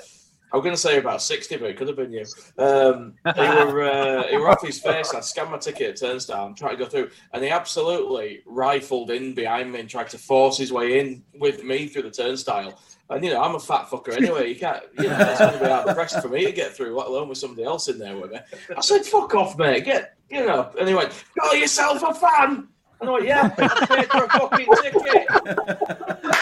I was going to say about 60, but it could have been you. Um, he, were, uh, he were off his face. I scanned my ticket at turnstile and tried to go through, and he absolutely rifled in behind me and tried to force his way in with me through the turnstile. And, you know, I'm a fat fucker anyway. You can't, you know, it's going to be hard pressed for me to get through, let alone with somebody else in there with me. I said, fuck off, mate. Get, you know. And he went, call yourself a fan. And I went, yeah, I paid for a fucking ticket.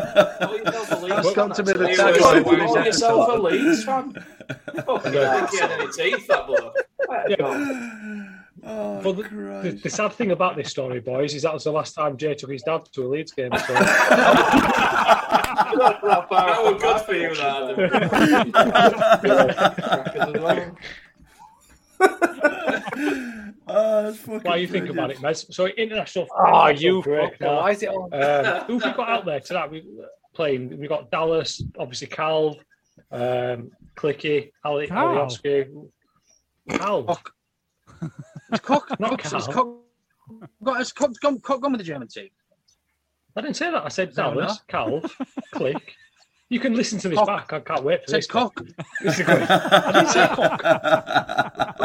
That's got to be the
He
tagline
was,
for
"Call
this
yourself a
episode.
Leeds fan. Fucking hell, he had any
*laughs*
teeth, that bloke. Let it go.
Oh,
But the, um, the, the sad thing about this story, boys, is that was the last time Jay took his dad to a Leeds game. So. *laughs*
*laughs* That was Oh, good for you, lad.
*laughs*
Oh,
Why you think about it, Mez? So international.
Ah,
international
you
break
fucker, why is it on?
Um, who have we got out there tonight? We playing. We got Dallas, obviously Cal, um, Clicky, Ali,
Cal?
Alioski. Cal.
Oh.
It's cock.
*laughs* Not
Cock's- it's
Cal.
cock. Got has cock gone, cock gone with the German team.
I didn't say that. I said
No,
Dallas,
*laughs*
Cal, Click. You can listen to this back. I can't wait for
Said
this. Cock. This is good. I didn't say cock.
No,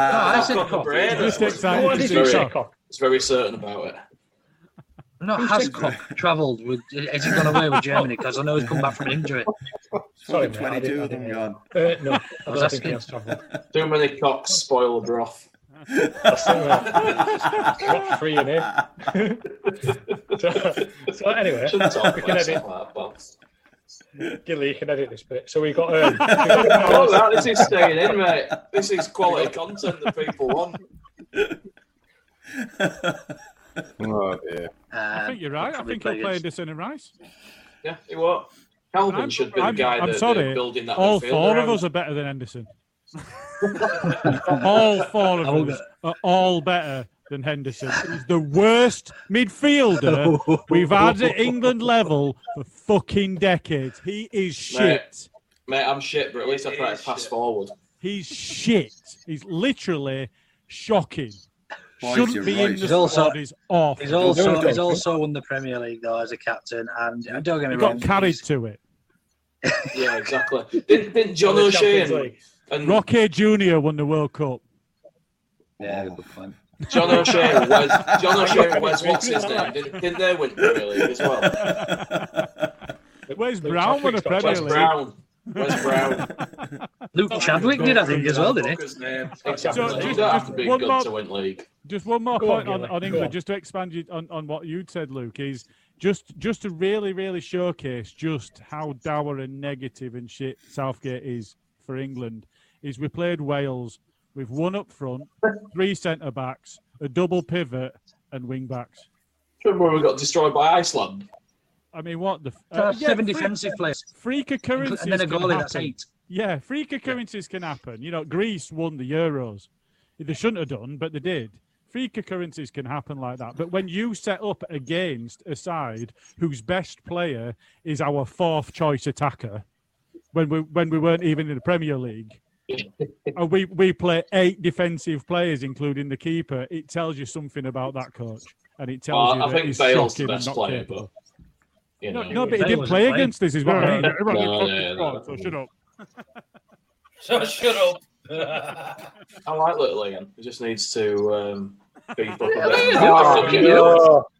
I said
Got the
cock.
brain.
Just excited
What
to
did
see
you
cock.
say? It's very certain about it.
No, has cock travelled with? Has he gone away with Germany? Because I know he's come back from an
*laughs*
injury.
Sorry,
mate, I didn't-
22
I
of them
didn't-
gone.
Uh, no,
I was asking.
Too many cocks spoil the broth. *laughs*
Got three in here. so, so anyway,
Shouldn't talk
we can
about
edit.
stuff like that, boss.
*laughs* Gilly, you can edit this bit. So we got. Um,
*laughs* Oh, that- this is staying in, mate. This is quality content that people want.
Oh, dear.
I think you're right. I think he'll play Anderson and Rice.
Yeah, you what? Calvin
I'm-
should be the
I'm-
guy
I'm
that,
sorry.
that building that
All
midfield
four
around.
of us are better than
*laughs*
Henderson. all four of
Hold
us are all better than Henderson. He's the worst
*laughs*
midfielder we've had at England level for fucking decades. He is shit.
Mate, mate, I'm shit, but at least I try to pass forward.
He's shit. He's literally shocking.
Boys, you're
Shouldn't be
right.
in the
He's also-
squad. He's off.
He's also he's also won the Premier League though as a captain, and and don't get me
He
wrong,
got carried to it.
Yeah, exactly. Didn't, didn't John
Well, the Champions
O'Shane
League.
and
Rocky Junior won the World Cup.
Yeah,
*laughs*
John O'Shea, Wes, John O'Shea, and Wes, what's his name? Didn't, didn't they win Premier League as well?
*laughs* Where's Brown with the
Where's
Premier League?
Brown? Where's Brown?
*laughs* Luke Chadwick did, I think, as well, didn't he?
Fuckers name. Exactly.
So,
you
just-
don't have
just
to be
one
good
more-
to win league.
*laughs* Just one more
Go
point
on,
on,
Gilly,
on
go
England,
on.
just to expand you on, on what you'd said, Luke, is just just to really, really showcase just how dour and negative and shit Southgate is for England, is we played Wales with one up front, three centre backs, a double pivot, and wing backs.
Remember when we got destroyed by Iceland?
I mean, what the f-
Uh, seven
freak-
defensive players.
Freak occurrences.
And then a
can
goalie, that's
happen.
eight.
Yeah, freak occurrences can happen. You know, Greece won the Euros. They shouldn't have done, but they did. Freak occurrences can happen like that. But when you set up against a side whose best player is our fourth choice attacker, when we when we weren't even in the Premier
*laughs*
League, and we we play eight defensive players, including the keeper, it tells you something about that coach, and it tells
Well,
you
I
that
think
he's
Bale's
shocking
the
and
best
not
player,
capable.
but. You
No,
know.
no, but he didn't play against this, is what I mean.
No,
Everyone
no,
fucking
no,
squad,
no.
so shut up.
So shut up.
I like little Ian. He just needs to um, beef up a bit.
Oh, when, we
*laughs*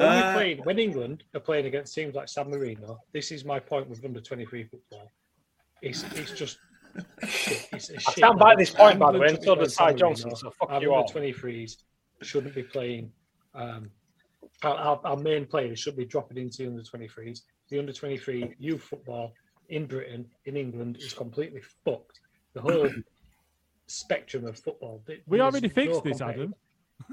Uh,
played, when England are playing against teams like San Marino, this is my point with under 23 football. It's, it's just. It's a
I
shit
stand by
level.
this point, by the way,
England
and so
should be
does
playing
Ty
San Marino.
Johnson, so fuck
Our
you all.
under 23s shouldn't be playing. Um, our, our, our main players should be dropping into the under 23s. The under 23 youth football in Britain, in England, is completely fucked. The whole spectrum of football. There-
We
there
already
is no
fixed this,
competitive
Adam.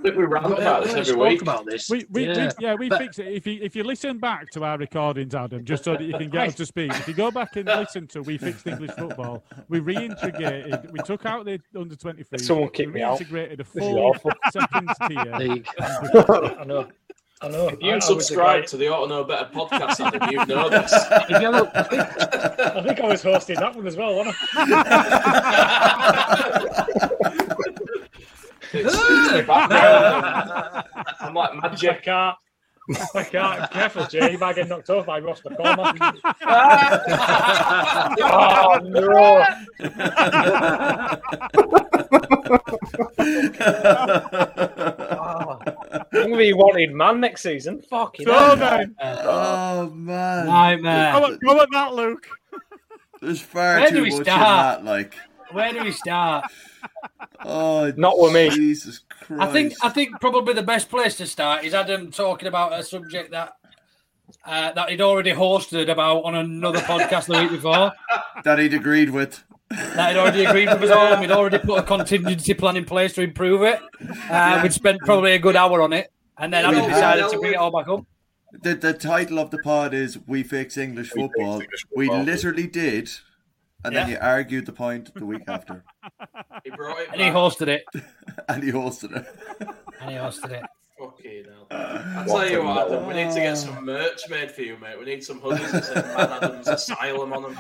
think we rant about this every week.
We, we, yeah.
Yeah.
We, yeah, we fix it. If you if you listen back to our recordings, Adam, just so that you can get up to speed. If you go back and listen to we fixed English football, we reintegrated. We took out the under twenty three.
Someone kick me out.
Reintegrated a
This is
full
awful.
*laughs* seconds tier.
League.
*laughs*
I
know. *laughs* I know.
If you subscribe to the Ought to Know Better podcast, Adam, you'd know *laughs* this.
I think I was hosting that one as well, wasn't *laughs*
*laughs* *laughs*
I?
I'm like magic.
I can't. I can't. Careful, Jay. You might get knocked off by Ross McCormack. oh, no. I'm going to be a wanted man next season. Fucking hell.
Oh man!
Nightmare. How about-
Go at that, Luke.
*laughs* There's far
Where do
too
we
much in
start?
that. Like,
Where do
*laughs*
we start?
oh,
not with me.
Jesus Christ!
I think I think probably the best place to start is Adam talking about a subject that uh, that he'd already hosted about on another podcast the week before.
that he'd agreed with.
That he'd already agreed with us all. We'd already put a contingency plan in place to improve it. Uh, we'd spent probably a good hour on it, and then Adam
We
decided
had-
to bring it all back up.
The, the title of the pod is "We Fix English Football." We
Football.
literally did, and then
Yeah.
you argued the point the week after,
He brought it
And he
back.
*laughs*
hosted it.
and he hosted it.
And he hosted it.
Fucking hell. I tell you what, Adam, we need to get some merch made for you, mate. We need some hoodies that say Man Adam's Asylum on them.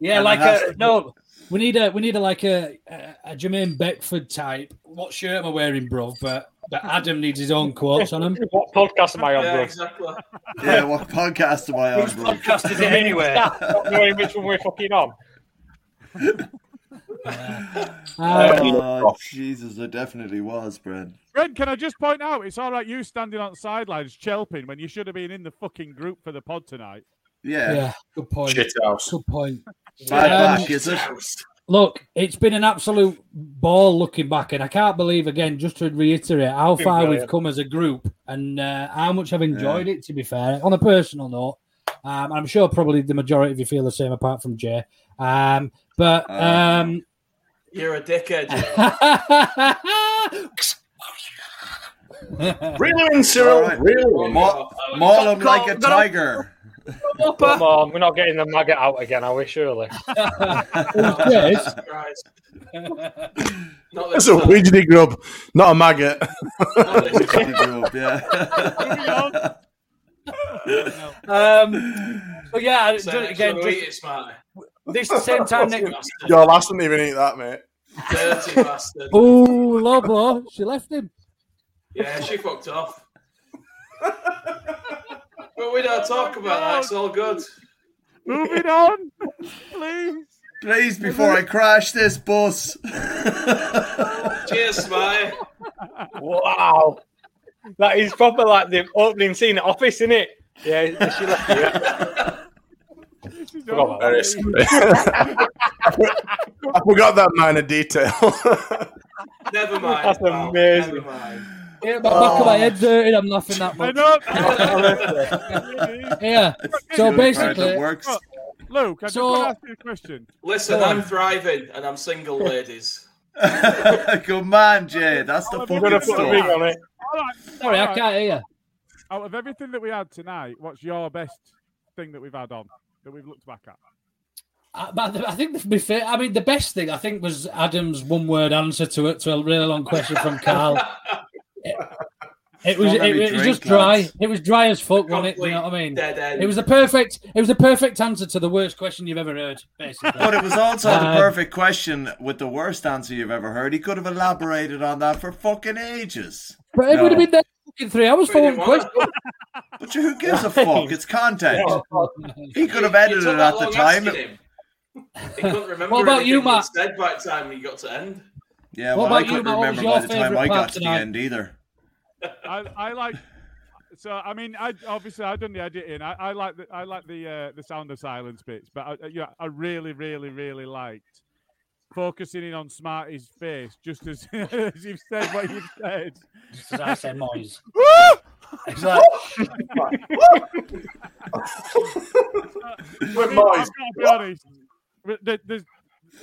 Yeah, like a no. We need a we need a like a a, a Jermaine Beckford type. What shirt am I wearing, bro? But but Adam needs his own quotes on him.
*laughs* what podcast am I on,
Yeah,
bro?
exactly.
yeah, what podcast am I on? bro?
podcast
*laughs*
is it anyway?
*laughs* Not knowing which one we're fucking on.
Oh, Jesus, I definitely was, Brad.
Fred, can I just point out it's all right you standing on the sidelines chelping when you should have been in the fucking group for the pod tonight.
Yeah.
Yeah, good point.
Shit house.
Good point.
Bad
Um,
back, is it?
Look, it's been an absolute ball looking back, and I can't believe again. Just to reiterate, how
Been
far we've
brilliant.
come as a group, and uh, how much I've enjoyed it. To be fair, on a personal note, um, I'm sure probably the majority of you feel the same, apart from Jay. Um, but um,
You're a dickhead.
*laughs*
Reel in, Cyril. Reel in.
Maul maul him like a tiger.
Come on, we're not getting the maggot out again, are we? Surely.
*laughs* That's a widgety grub, not a
*laughs*
maggot.
*laughs*
um, but yeah, I-
So,
again,
so
just-
eat it, smarty.
this same
*laughs*
time next.
Your last didn't even eat that, mate.
Dirty bastard.
Oh, Loblo, she left him.
Yeah, she fucked off. but we don't talk about that. It's all good.
Moving on, please.
Please, before I crash this bus. *laughs*
*laughs*
*laughs*
Cheers, Smarty.
Wow. That is proper like the opening scene at Office, isn't it? Yeah, she left you. Forgot about
Very
that.
scary. I forgot that
*laughs*
minor detail.
Never mind.
That's
pal,
amazing. Oh.
Never mind.
Yeah, my back of my head's hurting. I'm laughing that much.
*laughs*
yeah. So basically,
Luke, I just
So-
want to ask you a question.
Listen,
Go on.
I'm thriving and I'm single, ladies.
Good man, Jay. That's the fucking stuff.
All right,
Sorry,
all
I
right.
can't hear.
Out of everything that we had tonight, what's your best thing that we've had on that we've looked back at?
I, but I think to be fair, I mean the best thing I think was Adam's one-word answer to it to a really long question from Carl. It, it was
Don't
it,
let me
it was
drink,
just dry.
lads.
It was dry as fuck, wasn't it? You know what I mean?
Dead end.
It was the perfect. It was the perfect answer to the worst question you've ever heard. Basically,
But it was also the
Uh,
Um,
perfect question with the worst answer you've ever heard. He could have elaborated on that for fucking ages.
But it
No.
would have been there fucking three hours for one
didn't want
question. Oh,
But who gives a fuck? It's content. He could have
It
edited
took
it
that
at the
long
time.
asking him. He couldn't remember
What about
anything
you,
he'd
Matt?
said by the time he got to end.
Yeah, well,
What
I
about you,
couldn't
Matt? What was
remember
your
by the time
favourite
I
part
got to the
tonight?
end either.
I, I like. So I mean, I obviously I done the editing. I, I like the I like the uh, the sound of silence bits, but I, I- yeah, I really, really, really liked focusing in on Smarty's face just as, *laughs* as you've said what you've said.
Just as I said,
*laughs*
noise.
It's
like-
I've got to be honest. but there- There's,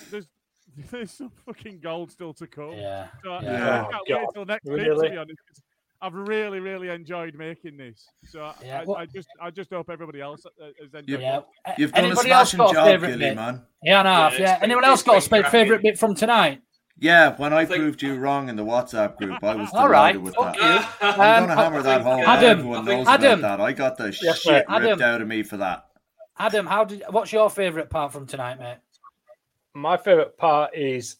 there's, *laughs* there's some fucking gold still to come.
Yeah.
So I-
Yeah.
I can't
Oh,
wait
God.
till next week.
Really?
To be honest, 'cause I've really, really enjoyed making this. So I-
Yeah,
I,
what-
I just, I just hope everybody else uh, has enjoyed.
Yeah.
it.
A- anybody else got a favourite bit? Yeah, I know.
Yeah,
Yeah,
it's been-
Anyone else
it's
got a
been
sp- favourite bit from tonight?
Yeah, when I proved you wrong in the WhatsApp group, I was delighted
All right.
with
Fuck
*laughs* that.
you.
I'm
Um,
gonna hammer that home.
Adam,
Everyone
I think-
knows about
Adam.
that. I got the
Yes,
shit
mate. Adam.
ripped out of me for that.
Adam, how did? What's your favourite part from tonight, mate?
My favourite part is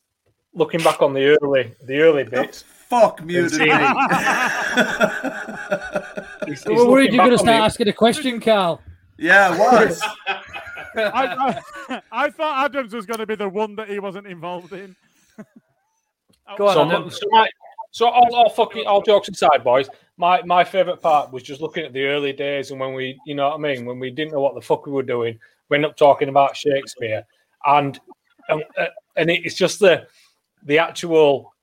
looking back on the early the early bits.
Fuck
mutiny.
*laughs*
*laughs* he's,
We were worried
looking
you were going
back
to
on the-
start asking a question, Carl.
Yeah,
*laughs*
was.
*laughs* I, I, I thought *laughs* Adams was going to be the one that he wasn't involved in. *laughs*
Go on,
Oh, so,
Adam.
so, my, so all, all fucking all jokes aside, boys. My my favorite part was just looking at the early days and when we, you know what I mean, when we didn't know what the fuck we were doing. We ended up talking about Shakespeare, and and, uh, and it's just the the actual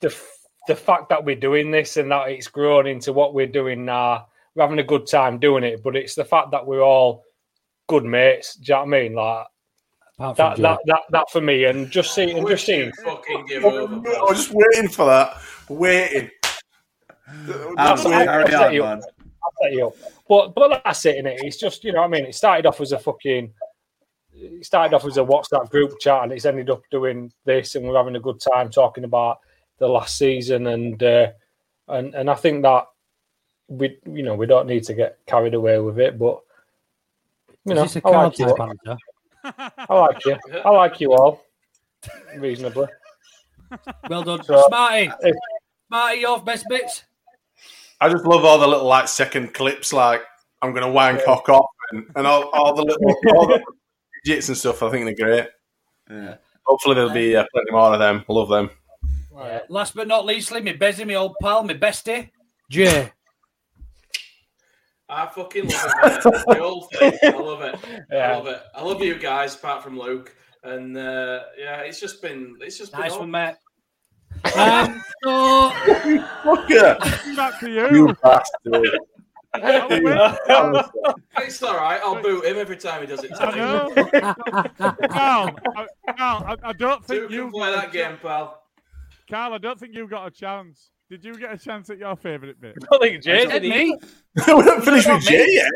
the f- the fact that we're doing this and that it's grown into what we're doing now. We're having a good time doing it, but it's the fact that we're all good mates. Do you know what I mean? Like
Apart
that,
from
that, that, that for me, and just seeing, and just seeing
Fucking give
I was just waiting for that. Waiting.
Ah,
That's-
Waiting.
I'll set you up. I'll set you up. But but that's it, innit? It's just you know what I mean. It started off as a fucking, it started off as a WhatsApp group chat, and it's ended up doing this, and we're having a good time talking about the last season, and uh, and and I think that we you know we don't need to get carried away with it, but you
Is
know
this a
I like
card
you.
type answer?
I like you. I like you all reasonably.
Well done,
So-
Smarty. Smarty, your best bits.
I just love all the little like second clips, like I'm gonna wank hock off, and, and all, all the little all the *laughs* digits and stuff. I think they're great.
Yeah.
Hopefully there'll be uh, plenty more of them. Love them.
Yeah. Last but not leastly, me Bezzy, me old pal, me bestie,
*laughs*
Jay.
I fucking love it. mate. the whole thing. I love it.
Yeah.
I love it. I love you guys, apart from Luke. And uh, yeah, it's just been it's just been
Nice one, mate.
Um,
so...
Back to you.
bastard.
*laughs* it's all right. I'll boot him every time he does it.
I know. *laughs* Carl, I, Carl, I, I don't think you
play that game, pal.
Carl, I don't think you got a chance. Did you get a chance at your favourite bit?
I think
Jay did Me?
We're not finished with Jay yet.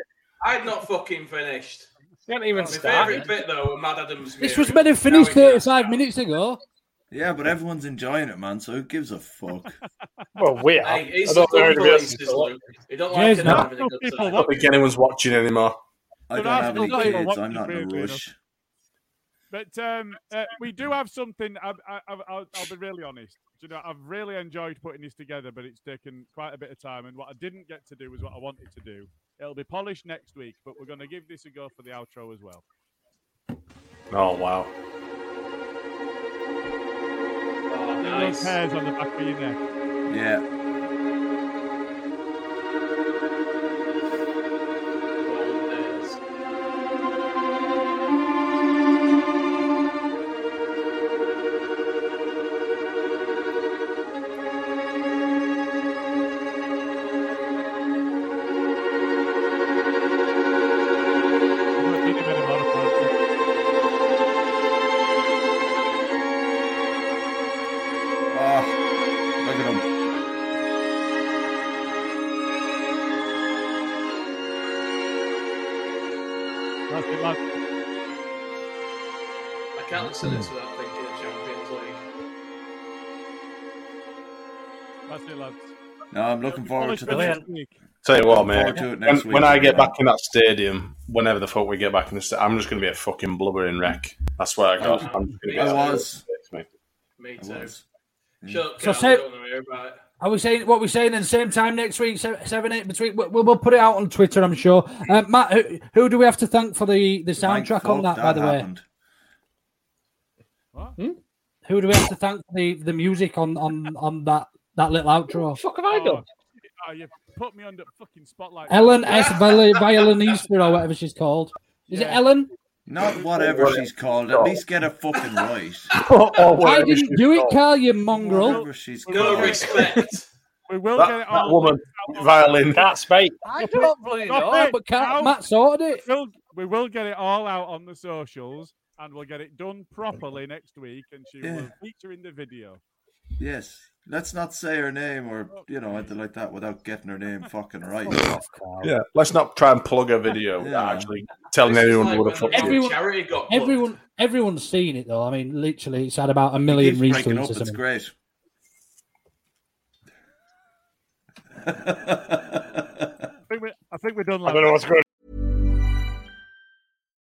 I've not fucking finished.
not even
My
started.
favourite bit though, were Mad Adams.
This
music.
was meant to finish 35 minutes ago.
Yeah, but everyone's enjoying it, man. So who gives a fuck?
well, we are.
Hey, he's
I don't
a
know
good
anybody else
police,
is
this Luke. He don't like
Jay's
it
not.
having a good
I
time.
don't think anyone's watching anymore.
I don't
But
have any
that's not
kids.
what
I'm not in a
people do.
rush.
But um, uh, we do have something. I, I, I, I'll, I'll be really honest. Do You know, I've really enjoyed putting this together, but it's taken quite a bit of time. And what I didn't get to do was what I wanted to do. It'll be polished next week, but we're going to give this a go for the outro as well.
Oh wow.
Nice. Those hairs on the back of your neck.
Yeah.
can't listen to that thinking of Champions League.
That's it, lads.
No, I'm looking forward to the.
Tell you what,
Looking
mate.
forward to it
When,
next
when
week.
I get back in that stadium, whenever the fuck we get back in the stadium, I'm just going to be a fucking blubbering wreck. That's what I
*laughs*
got. I'm just gonna be
I
a-
was. Me too. Shut up, Cal,
So say-
I don't want to hear about it.
Are we saying what we're saying at the same time next week? se- Seven, eight between. We'll, we'll put it out on Twitter, I'm sure. Uh, Matt, who, who do we have to thank for the, the soundtrack on that,
fuck that
by the way?
happened.
Who do we have to thank for the, the music on, on, on that, that little outro?
Fuck have I done? Oh, you put me under fucking spotlight.
Ellen S. Viol- Violinista, or whatever she's called. Is it Ellen?
Not whatever she's called. At least get a
*laughs*
fucking right. *laughs*
I didn't do it, Carl, you mongrel.
She's
No
called.
respect.
We will
That-
get it
that
on.
woman, violin.
That's mate.
I don't bloody know, but Carl, Matt sorted it.
We'll, we will get it all out on the socials, and we'll get it done properly next week, and she will
Yeah.
feature in the video.
Yes. Let's not say her name or, you know, anything like that without getting her name
*laughs*
fucking right.
Yeah, let's not try and plug a video. Ah,
Yeah.
that Actually, telling anyone what a fuck
Everyone,
charity got
everyone, everyone's seen it though. I mean, literally, it's had about a million
Keeps breaking
retweets
up,
or
It's
something.
great. *laughs*
I think, we, I think we're done.
I don't know what's going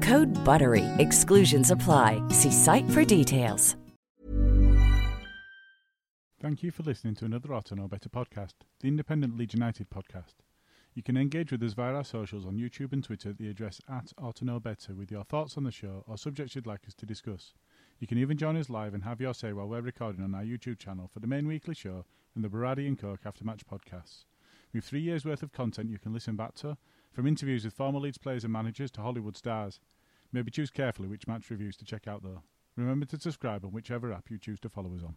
Code BUTTERY. Exclusions apply. See site for details.
Thank you for listening to another Auto Know Better podcast, the Independent Leeds United podcast. You can engage with us via our socials on YouTube and Twitter at the address at Auto Know Better with your thoughts on the show or subjects you'd like us to discuss. You can even join us live and have your say while we're recording on our YouTube channel for the main weekly show and the Baradi and Coke After Match podcasts. We've three years' worth of content you can listen back to, from interviews with former Leeds players and managers to Hollywood stars. Maybe choose carefully which match reviews to check out though. Remember to subscribe on whichever app you choose to follow us on.